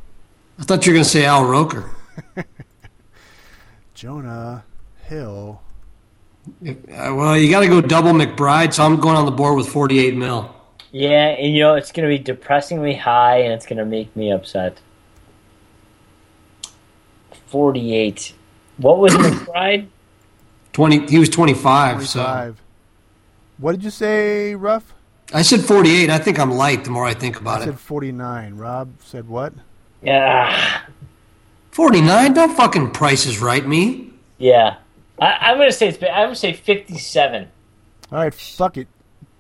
I thought you were going to say Al Roker.
Jonah Hill.
Uh, well, you got to go double McBride, so I'm going on the board with 48 mil.
Yeah, and you know it's going to be depressingly high, and it's going to make me upset. Forty-eight. What was McBride?
20. He was 25, so
Five. What did you say, Ruff?
I said 48. I think I'm light. The more I think about
I
it,
said 49. Rob said what?
Yeah,
49. Don't fucking Price is Right me.
yeah. I, I'm going to say it's. been- I'm going to say fifty-seven.
All right, fuck it,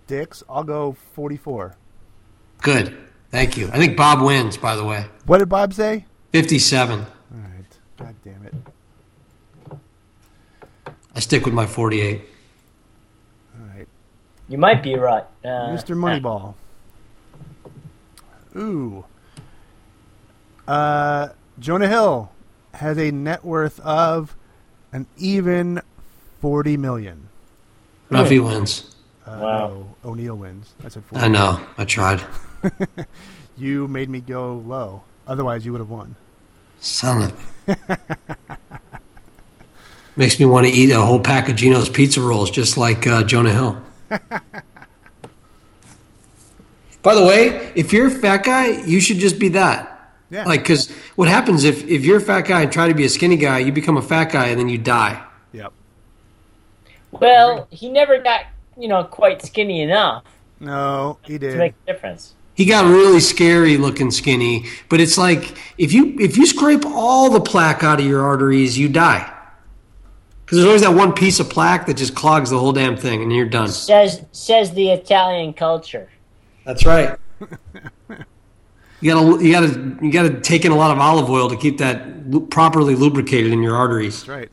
dicks. I'll go 44.
Good. Thank you. I think Bob wins. By the way,
What did Bob say?
57.
All right. God damn it.
I stick with my 48.
All right.
You might be right, uh,
Mr. Moneyball. Ooh. Uh, Jonah Hill has a net worth of an even 40 million.
Ruffy wins.
Wow.
Oh, O'Neill wins. I said 40.
I know. I tried.
You made me go low. Otherwise, you would have won.
Son of. Makes me want to eat a whole pack of Gino's pizza rolls, just like uh, Jonah Hill. By the way, if you're a fat guy, you should just be that.
Yeah.
Like, because what happens if, if you're a fat guy and try to be a skinny guy, you become a fat guy and then you die.
Yep.
Well, he never got you know quite skinny enough
No, he
to
did.
make a difference.
He got really scary looking skinny, but it's like if you if you scrape all the plaque out of your arteries, you die. Because there's always that one piece of plaque that just clogs the whole damn thing, and you're done.
Says says the Italian culture.
That's right. you gotta you gotta you gotta take in a lot of olive oil to keep that lu- properly lubricated in your arteries.
That's right.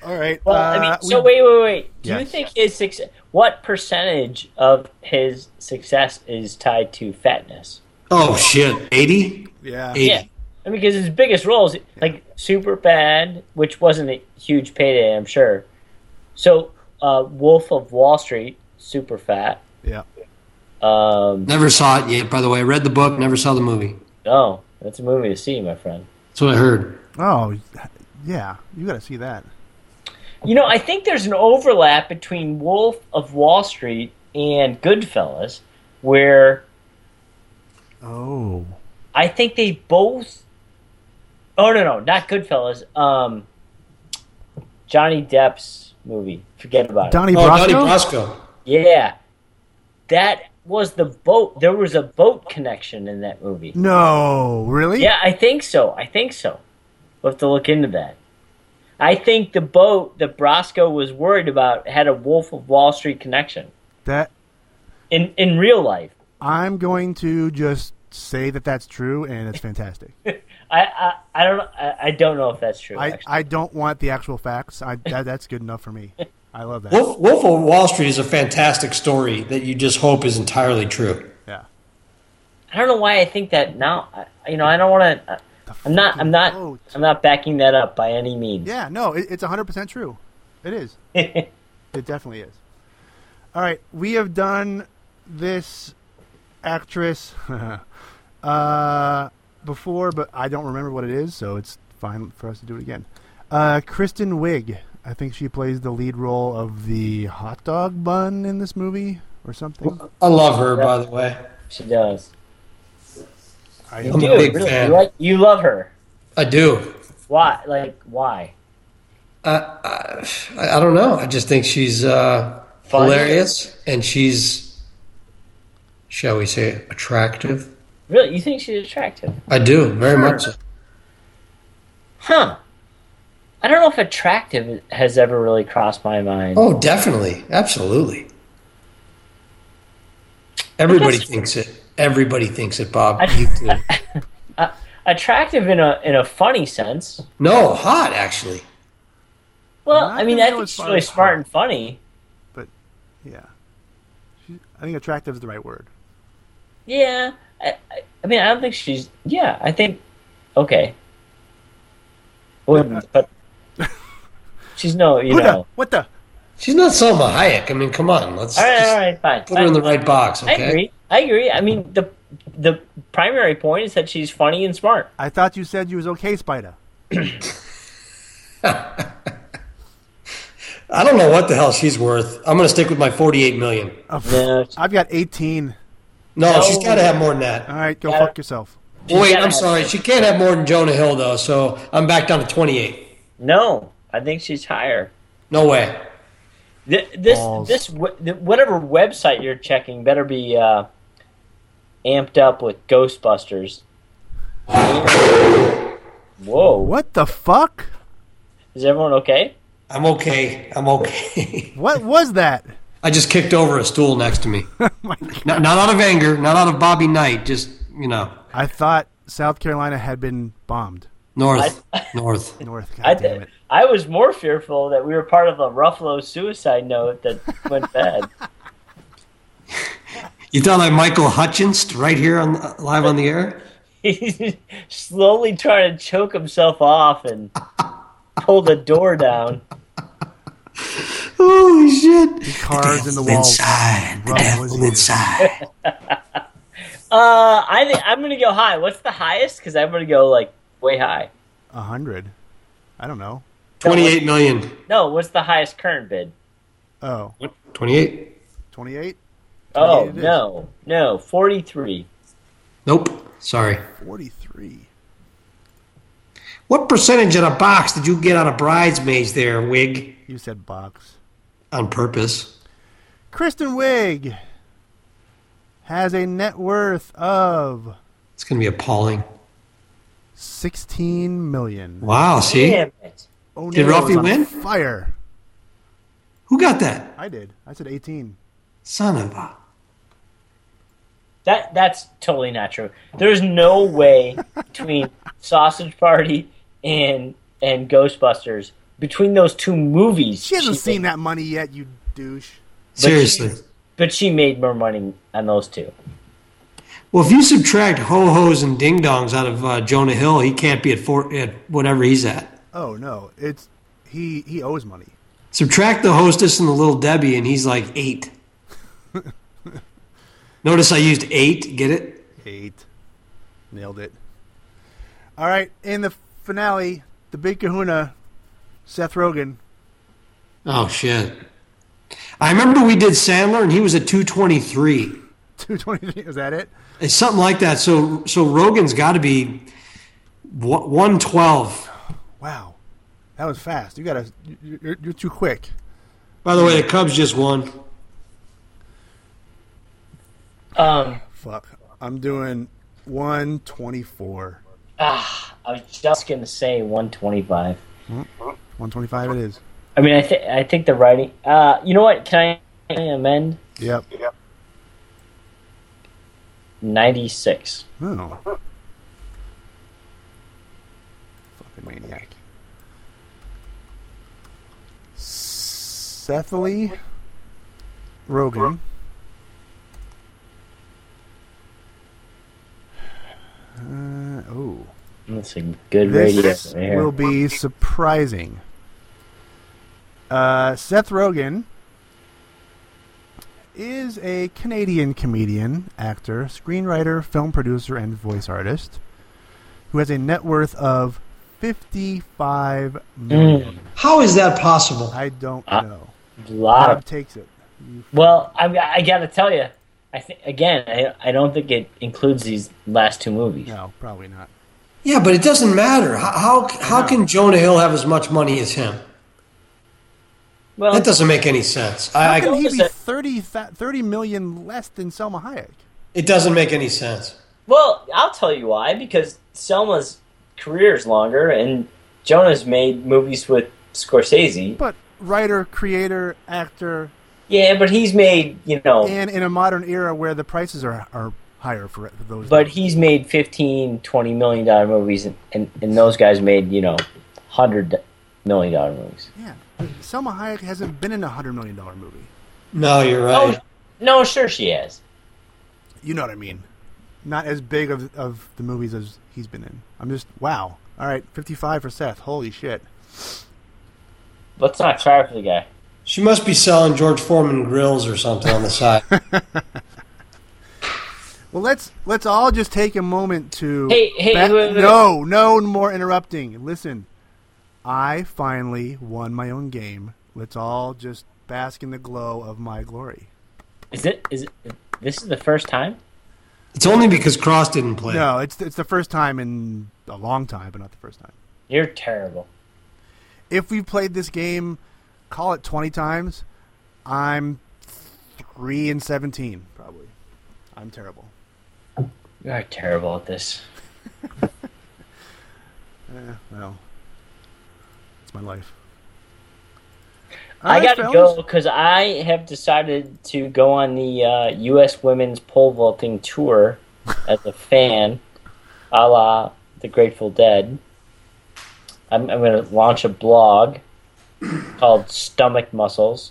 All right.
Well,
uh,
I mean, so wait,
we-
wait, wait. Do you
Yes.
think his success? What percentage of his success is tied to fatness?
Oh shit, eighty.
Yeah.
Eight.
Yeah, I mean, because his biggest roles, like Super Bad, which wasn't a huge payday, I'm sure. So, uh, Wolf of Wall Street, super fat.
Yeah.
Um,
Never saw it yet. By the way, I read the book, never saw the movie.
no, oh, that's a movie to see, my friend.
That's what I heard.
Oh, yeah. You got to see that.
You know, I think there's an overlap between Wolf of Wall Street and Goodfellas, where
Oh.
I think they both. Oh no, no, not Goodfellas. Um, Johnny Depp's movie. Forget about it.
Donnie
Oh,
Brasco?
Donnie Brasco.
Yeah, that was the boat. There was a boat connection in that movie.
Mm-hmm. No, really?
Yeah, I think so. I think so. We'll have to look into that. I think the boat that Brosco was worried about had a Wolf of Wall Street connection
That
in in real life.
I'm going to just say that that's true, and it's fantastic.
I I, I don't I, I don't know if that's true.
I,
actually.
I don't want the actual facts. I that, that's good enough for me. I love that.
Wolf, Wolf of Wall Street is a fantastic story that you just hope is entirely true.
Yeah.
I don't know why I think that now. I, you know, I don't want to. I'm not. I'm not.
boat.
I'm not backing that up by any means.
Yeah. No, it, it's 100 percent true. It is. It definitely is. All right, we have done this actress uh, before, but I don't remember what it is, so it's fine for us to do it again. Uh, Kristen Wiig. I think she plays the lead role of the hot dog bun in this movie or something.
I love her, by the way.
she does.
I
I'm a big
really,
fan.
You, like, you love her.
I do.
Why? Like why?
I, I don't know. I just think she's uh,
Fun.
hilarious and she's, shall we say, attractive.
Really? You think she's attractive?
I do very much. So.
Huh? I don't know if attractive has ever really crossed my mind.
Oh, definitely, absolutely. Everybody thinks it. Everybody thinks it, Bob. You too.
Attractive in a in a funny sense.
No, hot actually.
Well,
Not
I mean,
that
I
I
think
was
she's
far
really
as
smart
hot.
and funny.
but yeah, she, I think attractive is the right word.
Yeah. I, I, I mean, I don't think she's. Yeah, I think. Okay. Wouldn't, but she's no. You
Who
know.
the? What the?
She's not Selma Hayek. I mean, come on. Let's
All right,
just
all right, fine.
put her in the right box.
I
Okay.
agree. I agree. I mean, the the primary point is that she's funny and smart.
I thought you said you was okay, Spider.
I don't know what the hell she's worth. I'm going to stick with my 48 million.
No,
I've got 18.
No,
No.
she's got to have more than that.
All right, go
Yeah.
fuck yourself.
Oh, wait,
gotta
I'm
have-
sorry. She can't have more than Jonah Hill though. So I'm back down to 28.
no, I think she's higher.
No way.
Th- This
Balls.
this w- th- whatever website you're checking better be uh, amped up with Ghostbusters. Whoa!
What the fuck?
is everyone okay?
I'm okay. I'm okay.
What was that?
I just kicked over a stool next to me. not, not out of anger, not out of Bobby Knight, just, you know,
I thought South Carolina had been bombed.
north, north.
North. God
I
damn
th-
it.
I was more fearful that we were part of a Ruffalo suicide note that went bad.
You thought I'm Michael Hutchins right here on live on the air?
He's slowly trying to choke himself off and pull the door down.
Holy shit.
Cars in the walls.
Inside.
Rob,
The
what
devil
is it?
inside.
Uh, I think I'm gonna go high. What's the highest? Because I'm gonna go like way high.
A hundred. I don't know.
28 million.
No, what's the highest current bid?
Oh,
What? 28?
28?
Oh
it is.
no, no, forty three.
Nope. Sorry.
43.
What percentage on a box did you get on a bridesmaid's there, Wig?
You said box.
On purpose.
Kristen Wiig has a net worth of
It's going to be appalling.
16 million.
Wow, see?
Damn it!
Oh,
Did
no,
Ralphie
it was on
win?
Fire.
Who got that?
I did. I said 18.
Son of a.
That that's totally not true. There's no way between Sausage Party and and Ghostbusters between those two movies.
She hasn't
made-
seen that money yet, you douche.
Seriously.
but she made more money on those two.
Well, if you subtract ho hos and ding dongs out of uh, Jonah Hill, he can't be at four at whatever he's at.
Oh, no. It's he he owes money.
Subtract the hostess and the little Debbie, and he's like eight. Notice I used eight. Get it?
8. Nailed it. All right, in the finale, the big kahuna Seth Rogen
Oh shit! I remember we did Sandler, and he was at two twenty three.
223 is that it?
It's something like that. So so Rogan's got to be one twelve.
Wow. That was fast. You got to you're, you're too quick.
By the way, the Cubs just won.
Um,
Fuck. I'm doing 124.
ah, I was just gonna say 125.
125 it is.
I mean, I think I think the writing. Uh, you know what? Can I amend
Yep.
96?
Oh. Fucking maniac. Sethly Rogan. Uh, oh.
That's a good radio.
This
right here.
will be surprising. Uh, Seth Rogen is a Canadian comedian, actor, screenwriter, film producer, and voice artist who has a net worth of fifty-five million.
How is that possible?
I don't know.
A lot
Bob
of,
takes it.
well, I, I gotta tell you, I think again, I, I don't think it includes these last two movies.
No, probably not.
Yeah, but it doesn't matter. How how, how can Jonah Hill have as much money as him?
Well,
That doesn't make any sense. I,
How can
I,
he
noticed
be
that-
30, tha- 30 million less than Selma Hayek?
it doesn't make any sense.
Well, I'll tell you why. Because Selma's career is longer, and Jonah's made movies with Scorsese.
But writer, creator, actor,
Yeah, but he's made you know,
and in a modern era where the prices are, are higher for for those.
but he's made 15, 20 million dollar movies, and, and, and those guys made you know, hundred million dollar movies.
yeah, Selma Hayek hasn't been in a hundred million dollar movie.
No, you're right.
Oh, no, sure she has.
You know what I mean? Not as big of of the movies as he's been in. I'm just wow. All right, fifty five for Seth. Holy shit.
Let's not try for the guy.
She must be selling George Foreman grills or something on the side.
Well, let's let's all just take a moment to.
Hey, hey,
Ba-
wait, wait.
no, no more interrupting. Listen, I finally won my own game. Let's all just bask in the glow of my glory.
Is it? Is it? This is the first time.
It's only because Cross didn't play.
No, it's it's the first time in a long time, but not the first time.
You're terrible.
If we've played this game, call it twenty times. I'm three and seventeen, probably. I'm terrible.
You are terrible at this.
Well, it's my life.
I
All right,
gotta go
fellas.
'cause go because I have decided to go on the uh, U.S. Women's Pole Vaulting Tour as a fan, a la the Grateful Dead. I'm, I'm going to launch a blog called Stomach Muscles.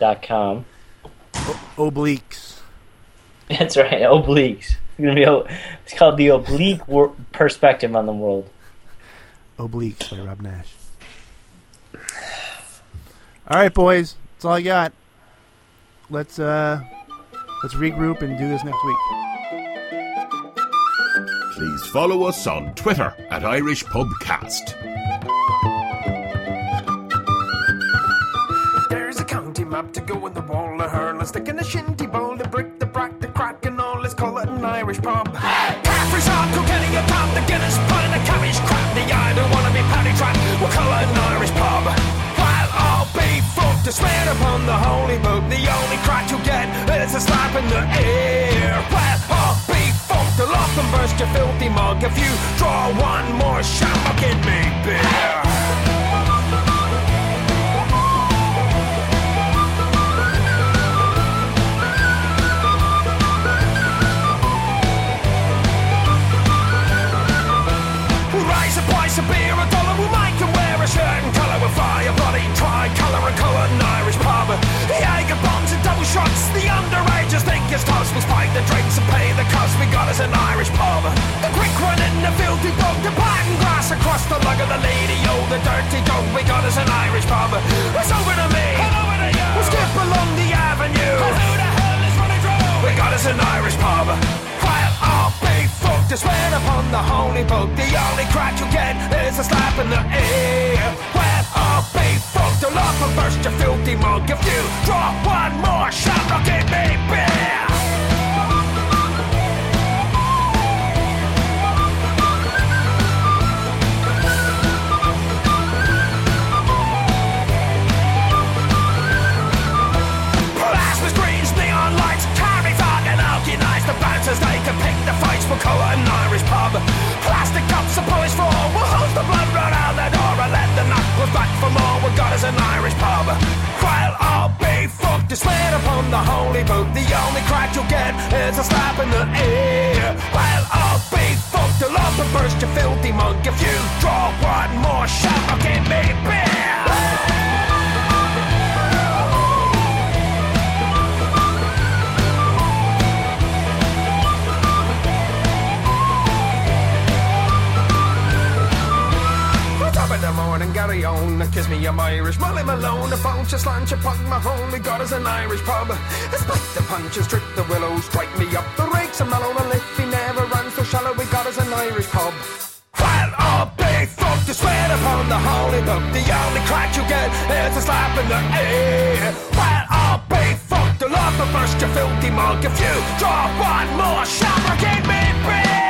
dot com.
Obliques.
That's right, obliques. It's gonna be o- it's called the oblique wor- perspective on the world.
Obliques by Rob Nash. All right, boys, that's all I got. Let's uh, let's regroup and do this next week.
Please follow us on Twitter at Irish Pubcast.
There's a county map to go in the wall of her. Let's stick in the shinty bowl, the brick, the brack, the crack, and all. Let's call it an Irish pub. Caffrey's on, Kilkenny, a pub, the Guinness pub, and the cabbage crap. The I don't wanna be paddy trap. We'll call it an Irish pub. While all be folk to swear upon the holy book, the only crack you get is a slap in the ear. While all be folk to lock and burst your filthy mug. If you draw one more shot, I'll get me beer. We'll raise a price of beer a dollar. We'll make them wear a shirt and colour. We'll fry a bloody tricolour, a colour, an Irish pub. The Jager bombs and double shots. The underagers think it's toast. We'll spike the drinks and pay the cost. We got us an Irish pub. The quick run in the filthy dog. The pattern grass across the lug of the lady. Oh, the dirty dog. We got us an Irish pub. It's over to me. And over to you. We'll skip along the avenue. And who the hell is running through? We got us an Irish pub. While all big folk just went upon the holy boat. The only crack you get is a slap in the ear. While all big folk to laugh and burst your filthy mug. If you draw one more shot, I'll give me beer. Blast with screens, neon lights, carry fog and alkenize the bouncers, they can pick the fights, we'll call it an Irish pub. Plastic cups and polished floor, we'll hose the blood right out the door and let the knuckles back for more, we've got us an Irish pub. While I'll be fucked, just swear upon the holy boot, the only crack you'll get is a slap in the ear. While I'll be fucked, you'll up and burst your filthy monk, if you draw one more shot, I'll give me beer. What's up in the morning, Gary on? Kiss me, I'm Irish. Molly Malone, a bunch of slant, a pug, my home. We got us an Irish pub. Spike the punches, trick the willows, strike me up the rakes, and mellow the lift. He never runs so shallow. We got us an Irish pub. While all big folk to sweat upon the holy book, the only crack you get is a slap in the ear. While all big folk to love the first, you filthy mug. If you draw one more shot, I'll give me beer.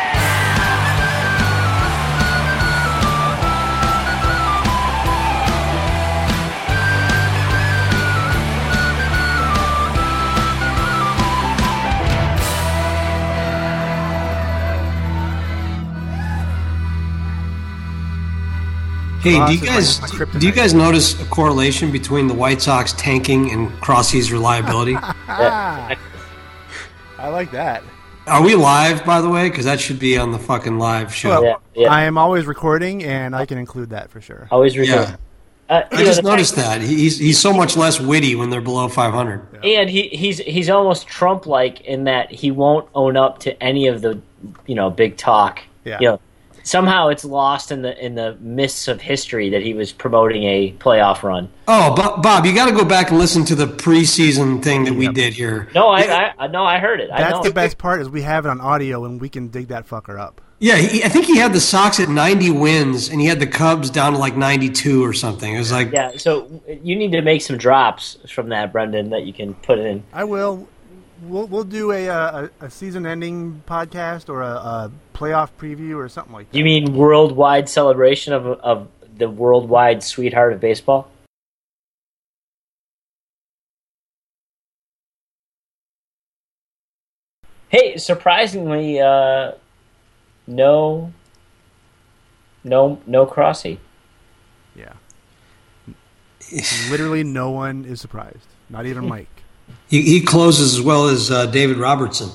Hey, do you
Cross is
guys
like my kryptonite.
do you guys notice a correlation between the White Sox tanking and Crossy's reliability?
Ah.
Yeah.
I like that.
Are we live, by the way? Because that should be on the fucking live show.
Well,
Yeah, yeah.
I am always recording, and I can include that for sure.
Always
yeah,
remember. Uh, you
I
know,
just
the
noticed
fact-
that He- he's he's so much less witty when they're below 500.
And he, he's he's almost Trump-like in that he won't own up to any of the you know big talk.
Yeah.
You know, somehow it's lost in the in the mists of history that he was promoting a playoff run.
Oh, Bo- Bob, you got to go back and listen to the preseason thing that we did here.
No, I, I no, I heard it. I
That's
know.
the best part is we have it on audio and we can dig that fucker up.
Yeah, he, I think he had the Sox at 90 wins, and he had the Cubs down to like 92 or something. It was like,
Yeah, so you need to make some drops from that, Brendan, that you can put in.
I will. We'll, we'll do a, uh, a, a season-ending podcast or a, a playoff preview or something like that.
You mean worldwide celebration of of the worldwide sweetheart of baseball? Hey, surprisingly, uh, no, no, no crossy.
Yeah. Literally, no one is surprised. Not even Mike.
he, he closes as well as uh, David Robertson.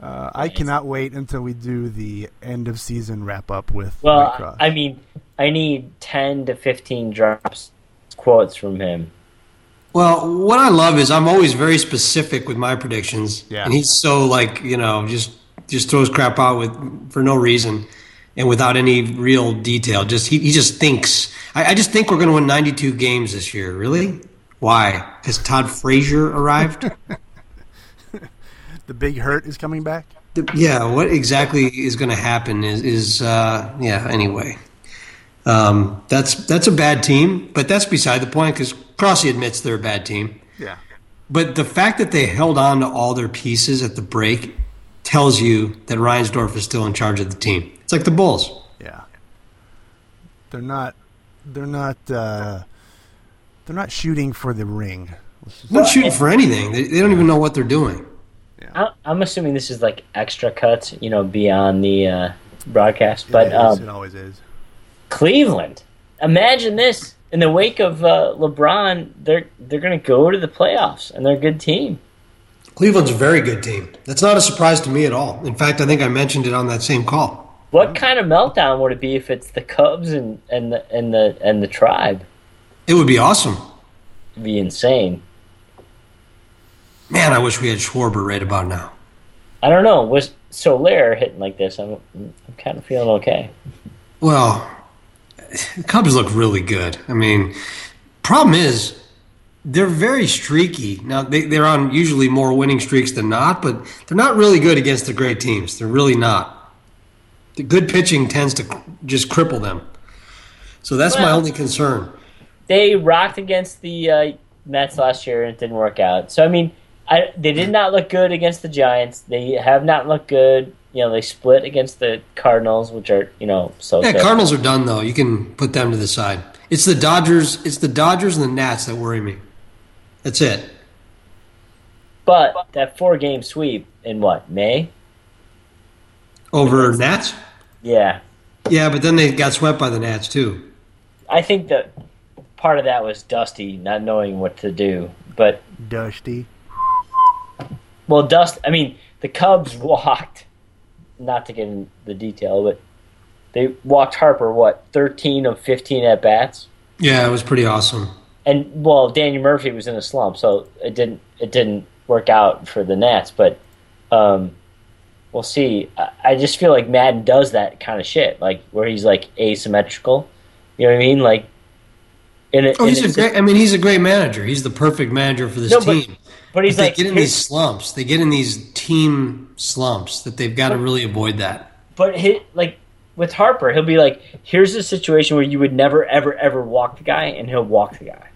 Uh, I cannot wait until we do the end of season wrap up with Mike
Well,
Cross.
I mean, I need ten to fifteen drops quotes from him.
Well, what I love is I'm always very specific with my predictions,
Yeah.
and he's so like you know just just throws crap out with for no reason and without any real detail. Just he, he just thinks. I, I just think we're going to win 92 games this year. Really? Why? Because Todd Frazier arrived.
the big hurt is coming back.
The- yeah. What exactly is going to happen is is uh, yeah. Anyway, um, that's that's a bad team, but that's beside the point because Crossy admits they're a bad team.
Yeah.
But the fact that they held on to all their pieces at the break tells you that Reinsdorf is still in charge of the team. It's like the Bulls.
Yeah. They're not. They're not. Uh, they're not shooting for the ring.
They're not shooting for anything. They, they don't even know what they're doing.
I- I'm assuming this is like extra cuts, you know, beyond the uh, broadcast. But
it, is,
um,
it always is.
Cleveland, imagine this in the wake of uh, LeBron, they're they're going to go to the playoffs and they're a good team.
Cleveland's a very good team. That's not a surprise to me at all. In fact, I think I mentioned it on that same call.
What kind of meltdown would it be if it's the Cubs and and the and the and the Tribe?
It would be awesome.
It'd be insane.
Man, I wish we had Schwarber right about now.
I don't know. Was Solaire hitting like this? I'm I'm kind of feeling okay.
Well, the Cubs look really good. I mean, problem is they're very streaky. Now they, they're on usually more winning streaks than not, but they're not really good against the great teams. They're really not. The good pitching tends to cr- just cripple them. So that's my
Well-
only concern.
they rocked against the uh, Mets last year and it didn't work out. So I mean, I, they did not look good against the Giants. They have not looked good. You know, they split against the Cardinals, which are you know so.
Yeah, Cardinals are done though. You can put them to the side. It's the Dodgers. It's the Dodgers and the Nats that worry me. That's it.
But that four game sweep in what May?
Over Nats.
Yeah,
Yeah, but then they got swept by the Nats too.
I think that part of that was Dusty not knowing what to do. But
Dusty.
well, Dust. I mean, the Cubs walked. Not to get into the detail, but they walked Harper what thirteen of fifteen at bats.
Yeah, it was pretty awesome.
and well, Daniel Murphy was in a slump, so it didn't it didn't work out for the Nats. But um, we'll see. I, I just feel like Madden does that kind of shit, like where he's like asymmetrical. You know what I mean? Like, in a,
Oh,
in
he's a
a-
great. I mean, he's a great manager. He's the perfect manager for this
No, but-
team.
but he's
they
like,
get in
his-
these slumps. They get in these team slumps that they've got to really avoid that.
but hit like with Harper, he'll be like, here's a situation where you would never ever ever walk the guy, and he'll walk the guy,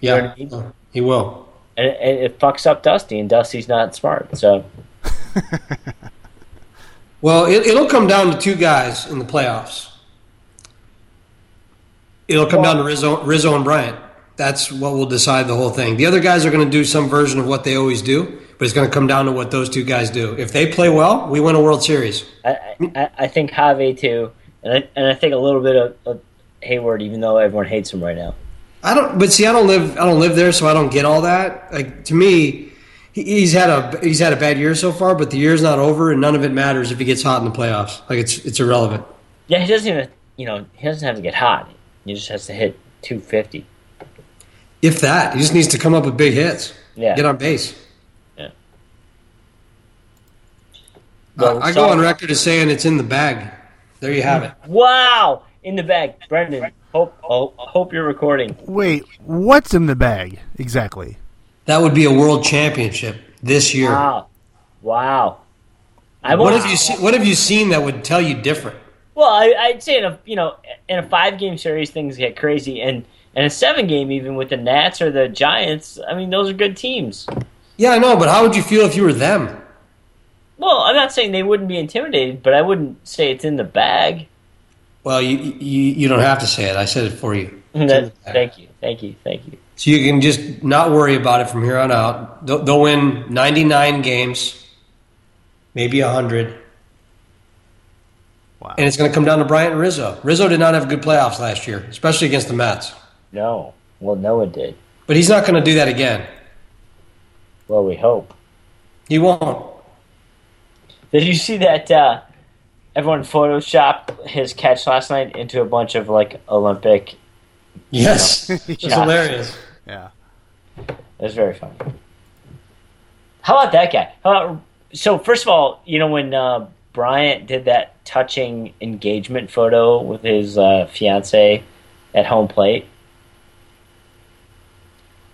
Yeah,
You know what I mean?
he will.
and, and it fucks up Dusty, and Dusty's not smart, so.
Well, it, it'll come down to two guys in the playoffs. It'll come down to Rizzo, Rizzo and Bryant. That's what will decide the whole thing. The other guys are going to do some version of what they always do, but it's going to come down to what those two guys do. If they play well, we win a World Series.
I, I, I think Javi too, and I, and I think a little bit of, of Hayward, even though everyone hates him right now.
I don't, but see, I don't live, I don't live there, so I don't get all that. Like to me, he, he's had a he's had a bad year so far, but the year's not over, and none of it matters if he gets hot in the playoffs. Like it's it's irrelevant.
Yeah, he doesn't even you know he doesn't have to get hot. He just has to hit 250.
If that, he just needs to come up with big hits, Uh,
Yeah.
get on base.
Yeah. Well,
I
so-
go on record as saying it's in the bag. There you have it.
Wow, in the bag, Brendan. Hope oh, hope you're recording.
Wait, what's in the bag exactly?
That would be a world championship this year.
Wow, wow. I
What
won't-
have you seen? What have you seen that would tell you different?
Well, I, I'd say in a you know in a five game series things get crazy, and and a seven game even with the Nats or the Giants. I mean, those are good teams.
Yeah, I know, but how would you feel if you were them?
Well, I'm not saying they wouldn't be intimidated, but I wouldn't say it's in the bag.
Well, you you, you don't have to say it. I said it for you.
That- thank you, thank you, thank you.
So you can just not worry about it from here on out. They'll, they'll win 99 games, maybe 100.
Wow.
And it's going to come down to Bryant and Rizzo. Rizzo did not have good playoffs last year, especially against the Mets.
No, well, no one did.
But he's not going to do that again.
Well, we hope.
He won't.
Did you see that uh, everyone photoshopped his catch last night into a bunch of like Olympic?
Yes. It's
Yeah.
hilarious.
Yeah.
It was very funny. How about that guy? How about, so first of all, you know when uh, Bryant did that touching engagement photo with his uh, fiance at home plate.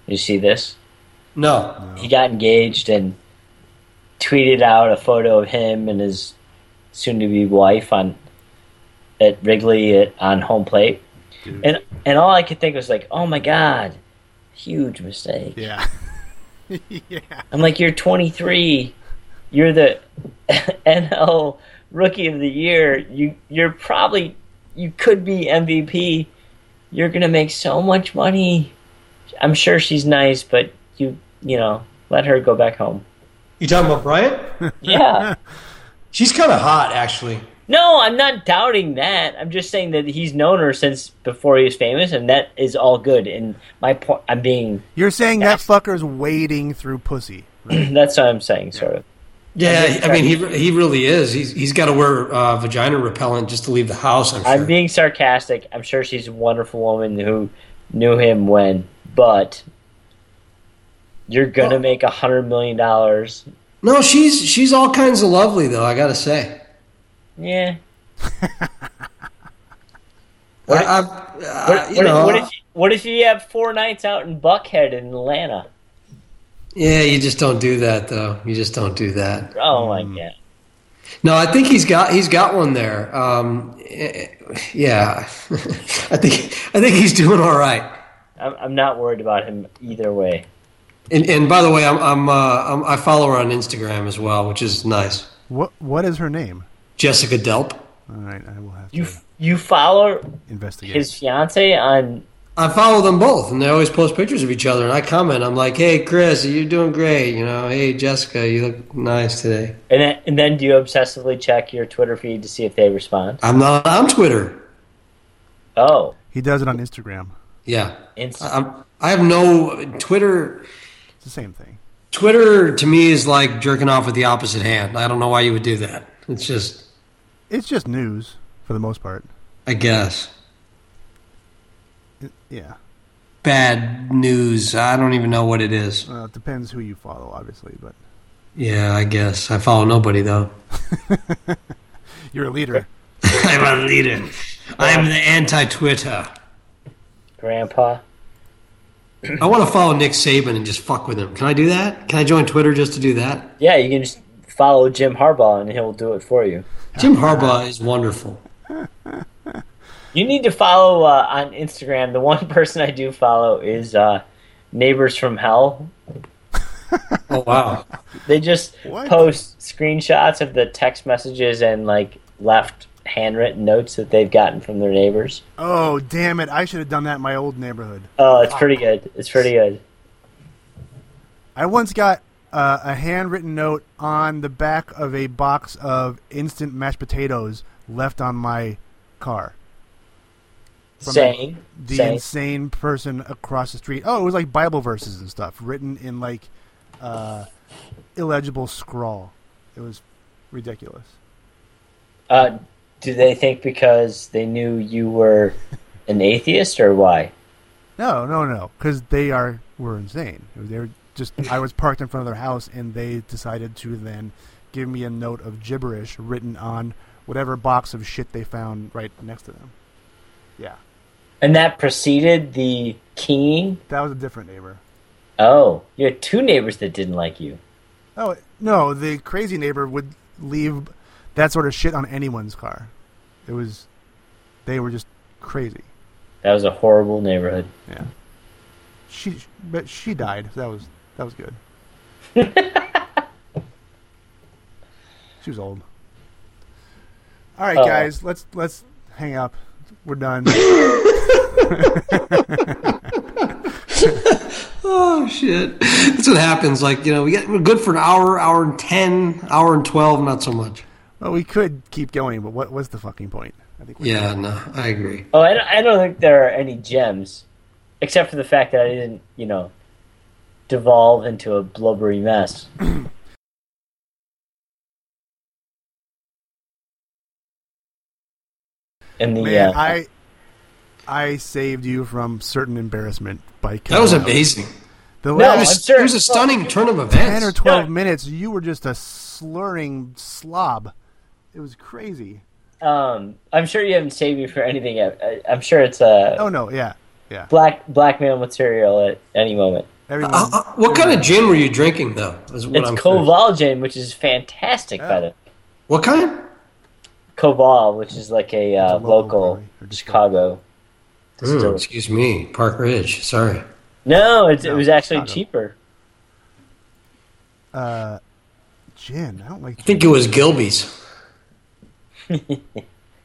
You see this?
No.
He got engaged and tweeted out a photo of him and his soon-to-be wife on at Wrigley at, on home plate, and and all I could think was like, oh my god, huge mistake.
Yeah. yeah.
I'm like, you're 23. You're the NL Rookie of the Year. You you're probably you could be MVP. You're gonna make so much money. I'm sure she's nice, but you you know let her go back home.
You talking about Bryant?
Yeah.
She's kind of hot, actually.
no, I'm not doubting that. I'm just saying that he's known her since before he was famous, and that is all good. And my point, I'm being
You're saying that fucker's wading through pussy.
that's what I'm saying, sort of.
Yeah, I mean, he, he really is. He's, he's got to wear uh, vagina repellent just to leave the house, I'm sure.
I'm being sarcastic. I'm sure she's a wonderful woman who knew him when, but you're gonna
Well-
make a hundred million dollars.
No, she's she's all kinds of lovely though. I gotta say,
Yeah.
I, I've- uh,
What, what
you
if-
know,
what if what if you have four nights out in Buckhead in Atlanta?
yeah, you just don't do that though. You just don't do that.
Oh
Hmm.
my god.
No, I think he's got he's got one there. Um, eh, yeah, I think I think he's doing all right.
I'm, I'm not worried about him either way.
And, and by the way, I'm, I'm, uh, I'm I follow her on Instagram as well, which is nice.
What What is her name?
Jessica Delp.
All right, I will have to
You f- you follow
investigate.
his fiance on
I follow them both, and they always post pictures of each other. And I comment, I'm like, "Hey, Chris, you're doing great. You know, hey, Jessica, you look nice today."
and then and then do you obsessively check your Twitter feed to see if they respond?
I'm not on Twitter.
Oh,
he does it on Instagram.
Yeah,
Inst-
I- I'm, I have no Twitter.
It's the same thing.
Twitter to me is like jerking off with the opposite hand. I don't know why you would do that. It's just,
It's just news for the most part.
I guess,
It- yeah.
bad news. I don't even know what it is.
Well, Uh, it depends who you follow, obviously, but
Yeah, I guess I follow nobody though.
you're a leader.
I'm a leader. I'm the anti-Twitter.
Grandpa.
I want to follow Nick Saban and just fuck with him. Can I do that? Can I join Twitter just to do that?
Yeah, you can just follow Jim Harbaugh and he'll do it for you.
Jim Harbaugh is wonderful.
You need to follow uh, on Instagram. The one person I do follow is uh, Neighbors from Hell.
Oh wow.
They just
What?
post screenshots of the text messages and like left handwritten notes that they've gotten from their neighbors.
Oh, damn it. I should have done that in my old neighborhood.
Oh, it's pretty good. It's pretty good.
I once got uh, a handwritten note on the back of a box of instant mashed potatoes left on my car. From
Saying,
The
saying,
insane person across the street. Oh, it was like Bible verses and stuff written in like uh, illegible scrawl. It was ridiculous.
uh, do they think because they knew you were an atheist or why?
No, no, no, because they are were insane. They were just I was parked in front of their house, and they decided to then give me a note of gibberish written on whatever box of shit they found right next to them. Yeah,
And that preceded the keying.
that was a different neighbor.
Oh, you had two neighbors that didn't like you.
Oh no, the crazy neighbor would leave that sort of shit on anyone's car. It was they were just crazy.
That was a horrible neighborhood.
Yeah. She but she died. so That was that was good. she was old. All right,
Oh.
guys, let's let's hang up. We're done.
Oh shit! That's what happens. Like you know, we get we're good for an hour, hour and ten, hour and twelve, not so much.
well, we could keep going, but what was the fucking point? I think. We
Yeah, no, I agree.
Oh, I don't, I don't think there are any gems, except for the fact that I didn't, you know, devolve into a blubbery mess. And the
Man,
uh,
I I saved you from certain embarrassment by
That was
coming up.
amazing.
The
No,
It
last
I'm
was,
sure-
it was a stunning turn of
ten or
events.
twelve
No.
minutes, you were just a slurring slob. It was crazy.
um, I'm sure you haven't saved me for anything yet. I, I'm sure it's a
Oh no, yeah, yeah.
black blackmail material at any moment.
Everyone,
Uh, uh, what kind of gin were you drinking, though? Is what
it's
I'm curious.
Kovalgin, which is fantastic, by
Yeah.
the way.
What kind?
Koval, which is like a, uh,
local
local
brewery or
Chicago
Ooh,
distillery.
Hmm, excuse me, Park Ridge. Sorry.
No, it, it
No,
was actually
Chicago.
cheaper.
gin. I don't like
I think it was Gilby's.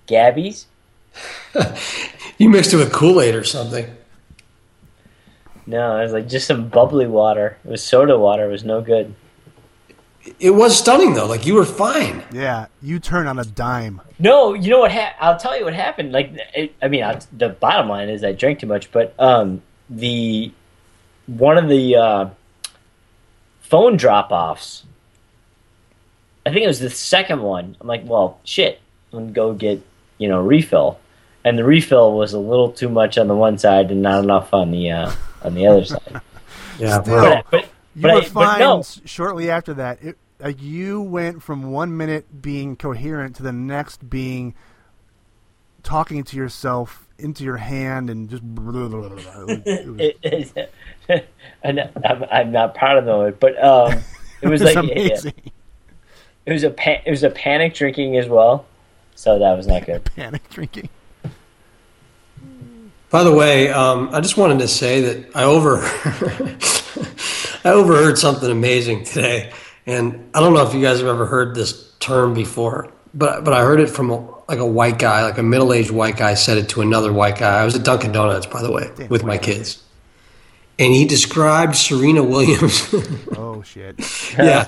Gabby's?
You mixed it with Kool Aid or something.
No, it was like just some bubbly water. It was soda water. It was no good.
It was stunning though. Like you were fine.
Yeah, you turn on a dime.
No, you know what? Ha- I'll tell you what happened. Like, it, I mean, I, the bottom line is I drank too much, but um, the one of the uh, phone drop-offs. I think it was the second one. I'm like, well, shit. I'm gonna go get you know refill, and the refill was a little too much on the one side and not enough on the uh, on the other side.
Yeah.
Still,
But, but,
you
but I-
were
but
fine
no.
s- shortly after that. It, like you went from one minute being coherent to the next being talking to yourself into your hand and just. It was-
it, it, I'm, not- I'm, I'm not proud of the moment, but um, it was like it,
amazing.
it was a pa- it was a panic drinking as well, so that was not good.
Panic drinking.
By the way, um, I just wanted to say that I over I overheard something amazing today, and I don't know if you guys have ever heard this term before, but but I heard it from a, like a white guy, like a middle aged white guy, said it to another white guy. I was at Dunkin' Donuts, by the way, with my kids, and he described Serena Williams.
Oh shit!
yeah,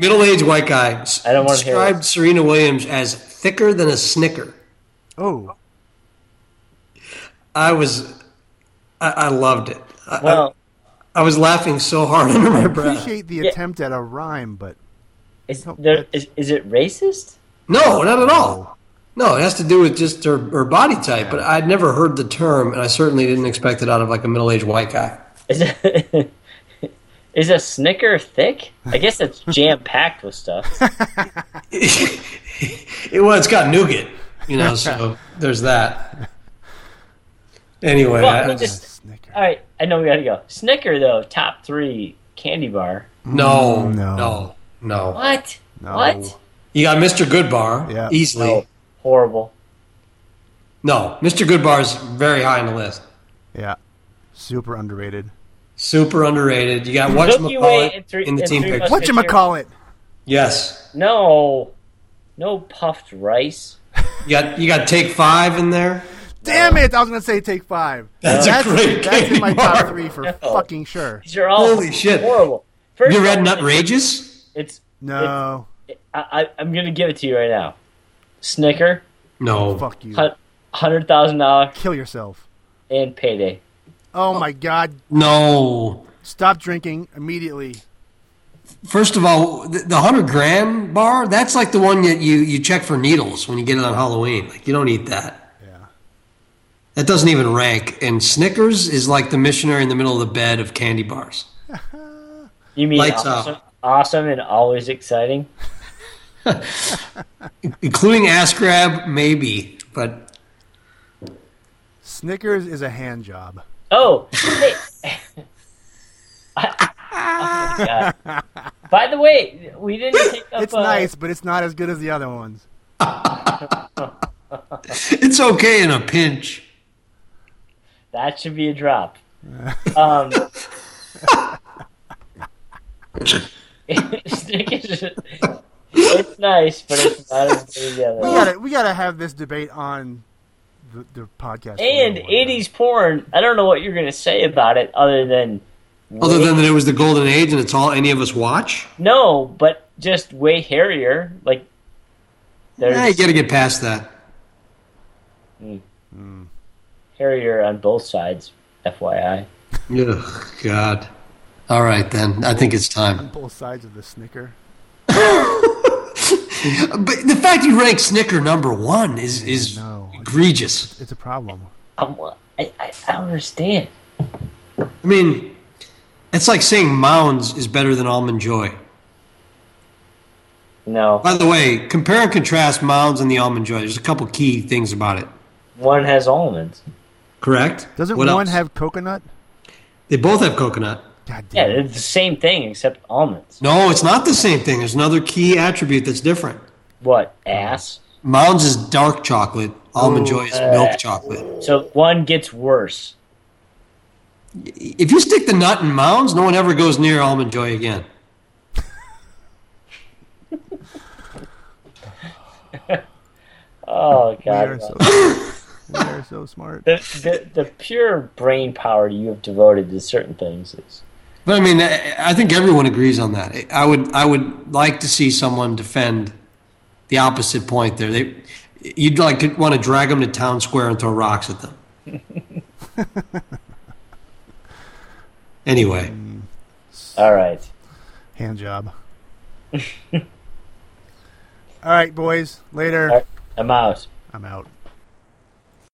middle aged white guy.
I don't wanna hear
described
it.
Serena Williams as thicker than a snicker.
Oh,
I was, I, I loved it. I- I,
Well,
I was laughing so hard under my breath.
appreciate the attempt at a rhyme, but
is there is, is it racist?
No, not at all. No, it has to do with just her, her body type. But I'd never heard the term, and I certainly didn't expect it out of like a middle-aged white guy.
Is it, is a Snicker thick? I guess it's jam packed with stuff.
It, well, it's got nougat, you know. So there's that. Anyway,
Well, I
I-
mean, just-
Snicker.
All right, I know we gotta go. Snicker though, top three candy bar.
no,
No.
no, no,
What?
No.
What?
You got Mr. Goodbar
Yeah.
easily.
Horrible.
No, Mr. Goodbar's very high on the list.
Yeah, super underrated.
Super underrated. You got
Milky Way
whatchamacallit
and three-
in the
and
team
three
picture.
Mustard-
What you call it?
Yes.
No, no puffed rice.
You got you got take five in there.
Damn it! I was gonna say take five.
That's a great
That's in my
candy
top
bar.
three for fucking sure.
These are all
Holy shit.
horrible. First
You
of
read
all,
Nutrageous?
It's
No,
I, I, I'm gonna give it to you right now. Snicker,
No.
Oh, fuck you.
hundred thousand dollar
Kill yourself.
and payday.
Oh my god!
No.
Stop drinking immediately.
First of all, the, the 100 gram bar, that's like the one that you, you check for needles when you get it on Halloween. Like, you don't eat that.
Yeah.
That doesn't even rank. And Snickers is like the missionary in the middle of the bed of candy bars.
You mean
Lights
also,
out.
awesome and always exciting.
including ass grab, maybe, but
Snickers is a hand job.
Oh, hey. I- oh, my God. By the way, we didn't pick up.
It's
uh,
nice, but it's not as good as the other ones.
it's okay in a pinch.
That should be a drop. Um, Snickers, it's nice, but it's not as good as the other.
We gotta we gotta have this debate on the, the podcast.
And eighties porn, I don't know what you're gonna say about it other than
Other than that, it was the golden age, and it's all any of us watch.
no, but just way hairier. Like there's
Yeah, Eh, you got to get past that.
hairier on both sides, FYI.
Ugh, God. All right, then. I think it's time.
both sides of the Snicker.
But the fact you rank Snicker number one is is
no.
egregious.
It's a problem.
I'm, Um, I, I, I don't understand.
I mean, it's like saying Mounds is better than Almond Joy.
No,
By the way, compare and contrast Mounds and the Almond Joy. There's a couple key things about it.
one has almonds.
Correct.
Doesn't
What
one
else?
have coconut?
They both have coconut.
God
Yeah,
damn. it.
it's the same thing except almonds.
No, it's not the same thing. There's another key attribute that's different.
What ass?
Mounds is dark chocolate. Almond Joy is milk chocolate.
So one gets worse.
If you stick the nut in Mounds, no one ever goes near Almond Joy again.
Oh
We
god.
are
Rob.
so smart. we are so smart.
the, the the pure brain power you have devoted to certain things is
But I mean, I I think everyone agrees on that. I would, I would like to see someone defend the opposite point there. They, you'd like to want to drag them to town square and throw rocks at them. anyway,
all right.
Hand job. All right, boys. Later.
I'm out.
I'm out.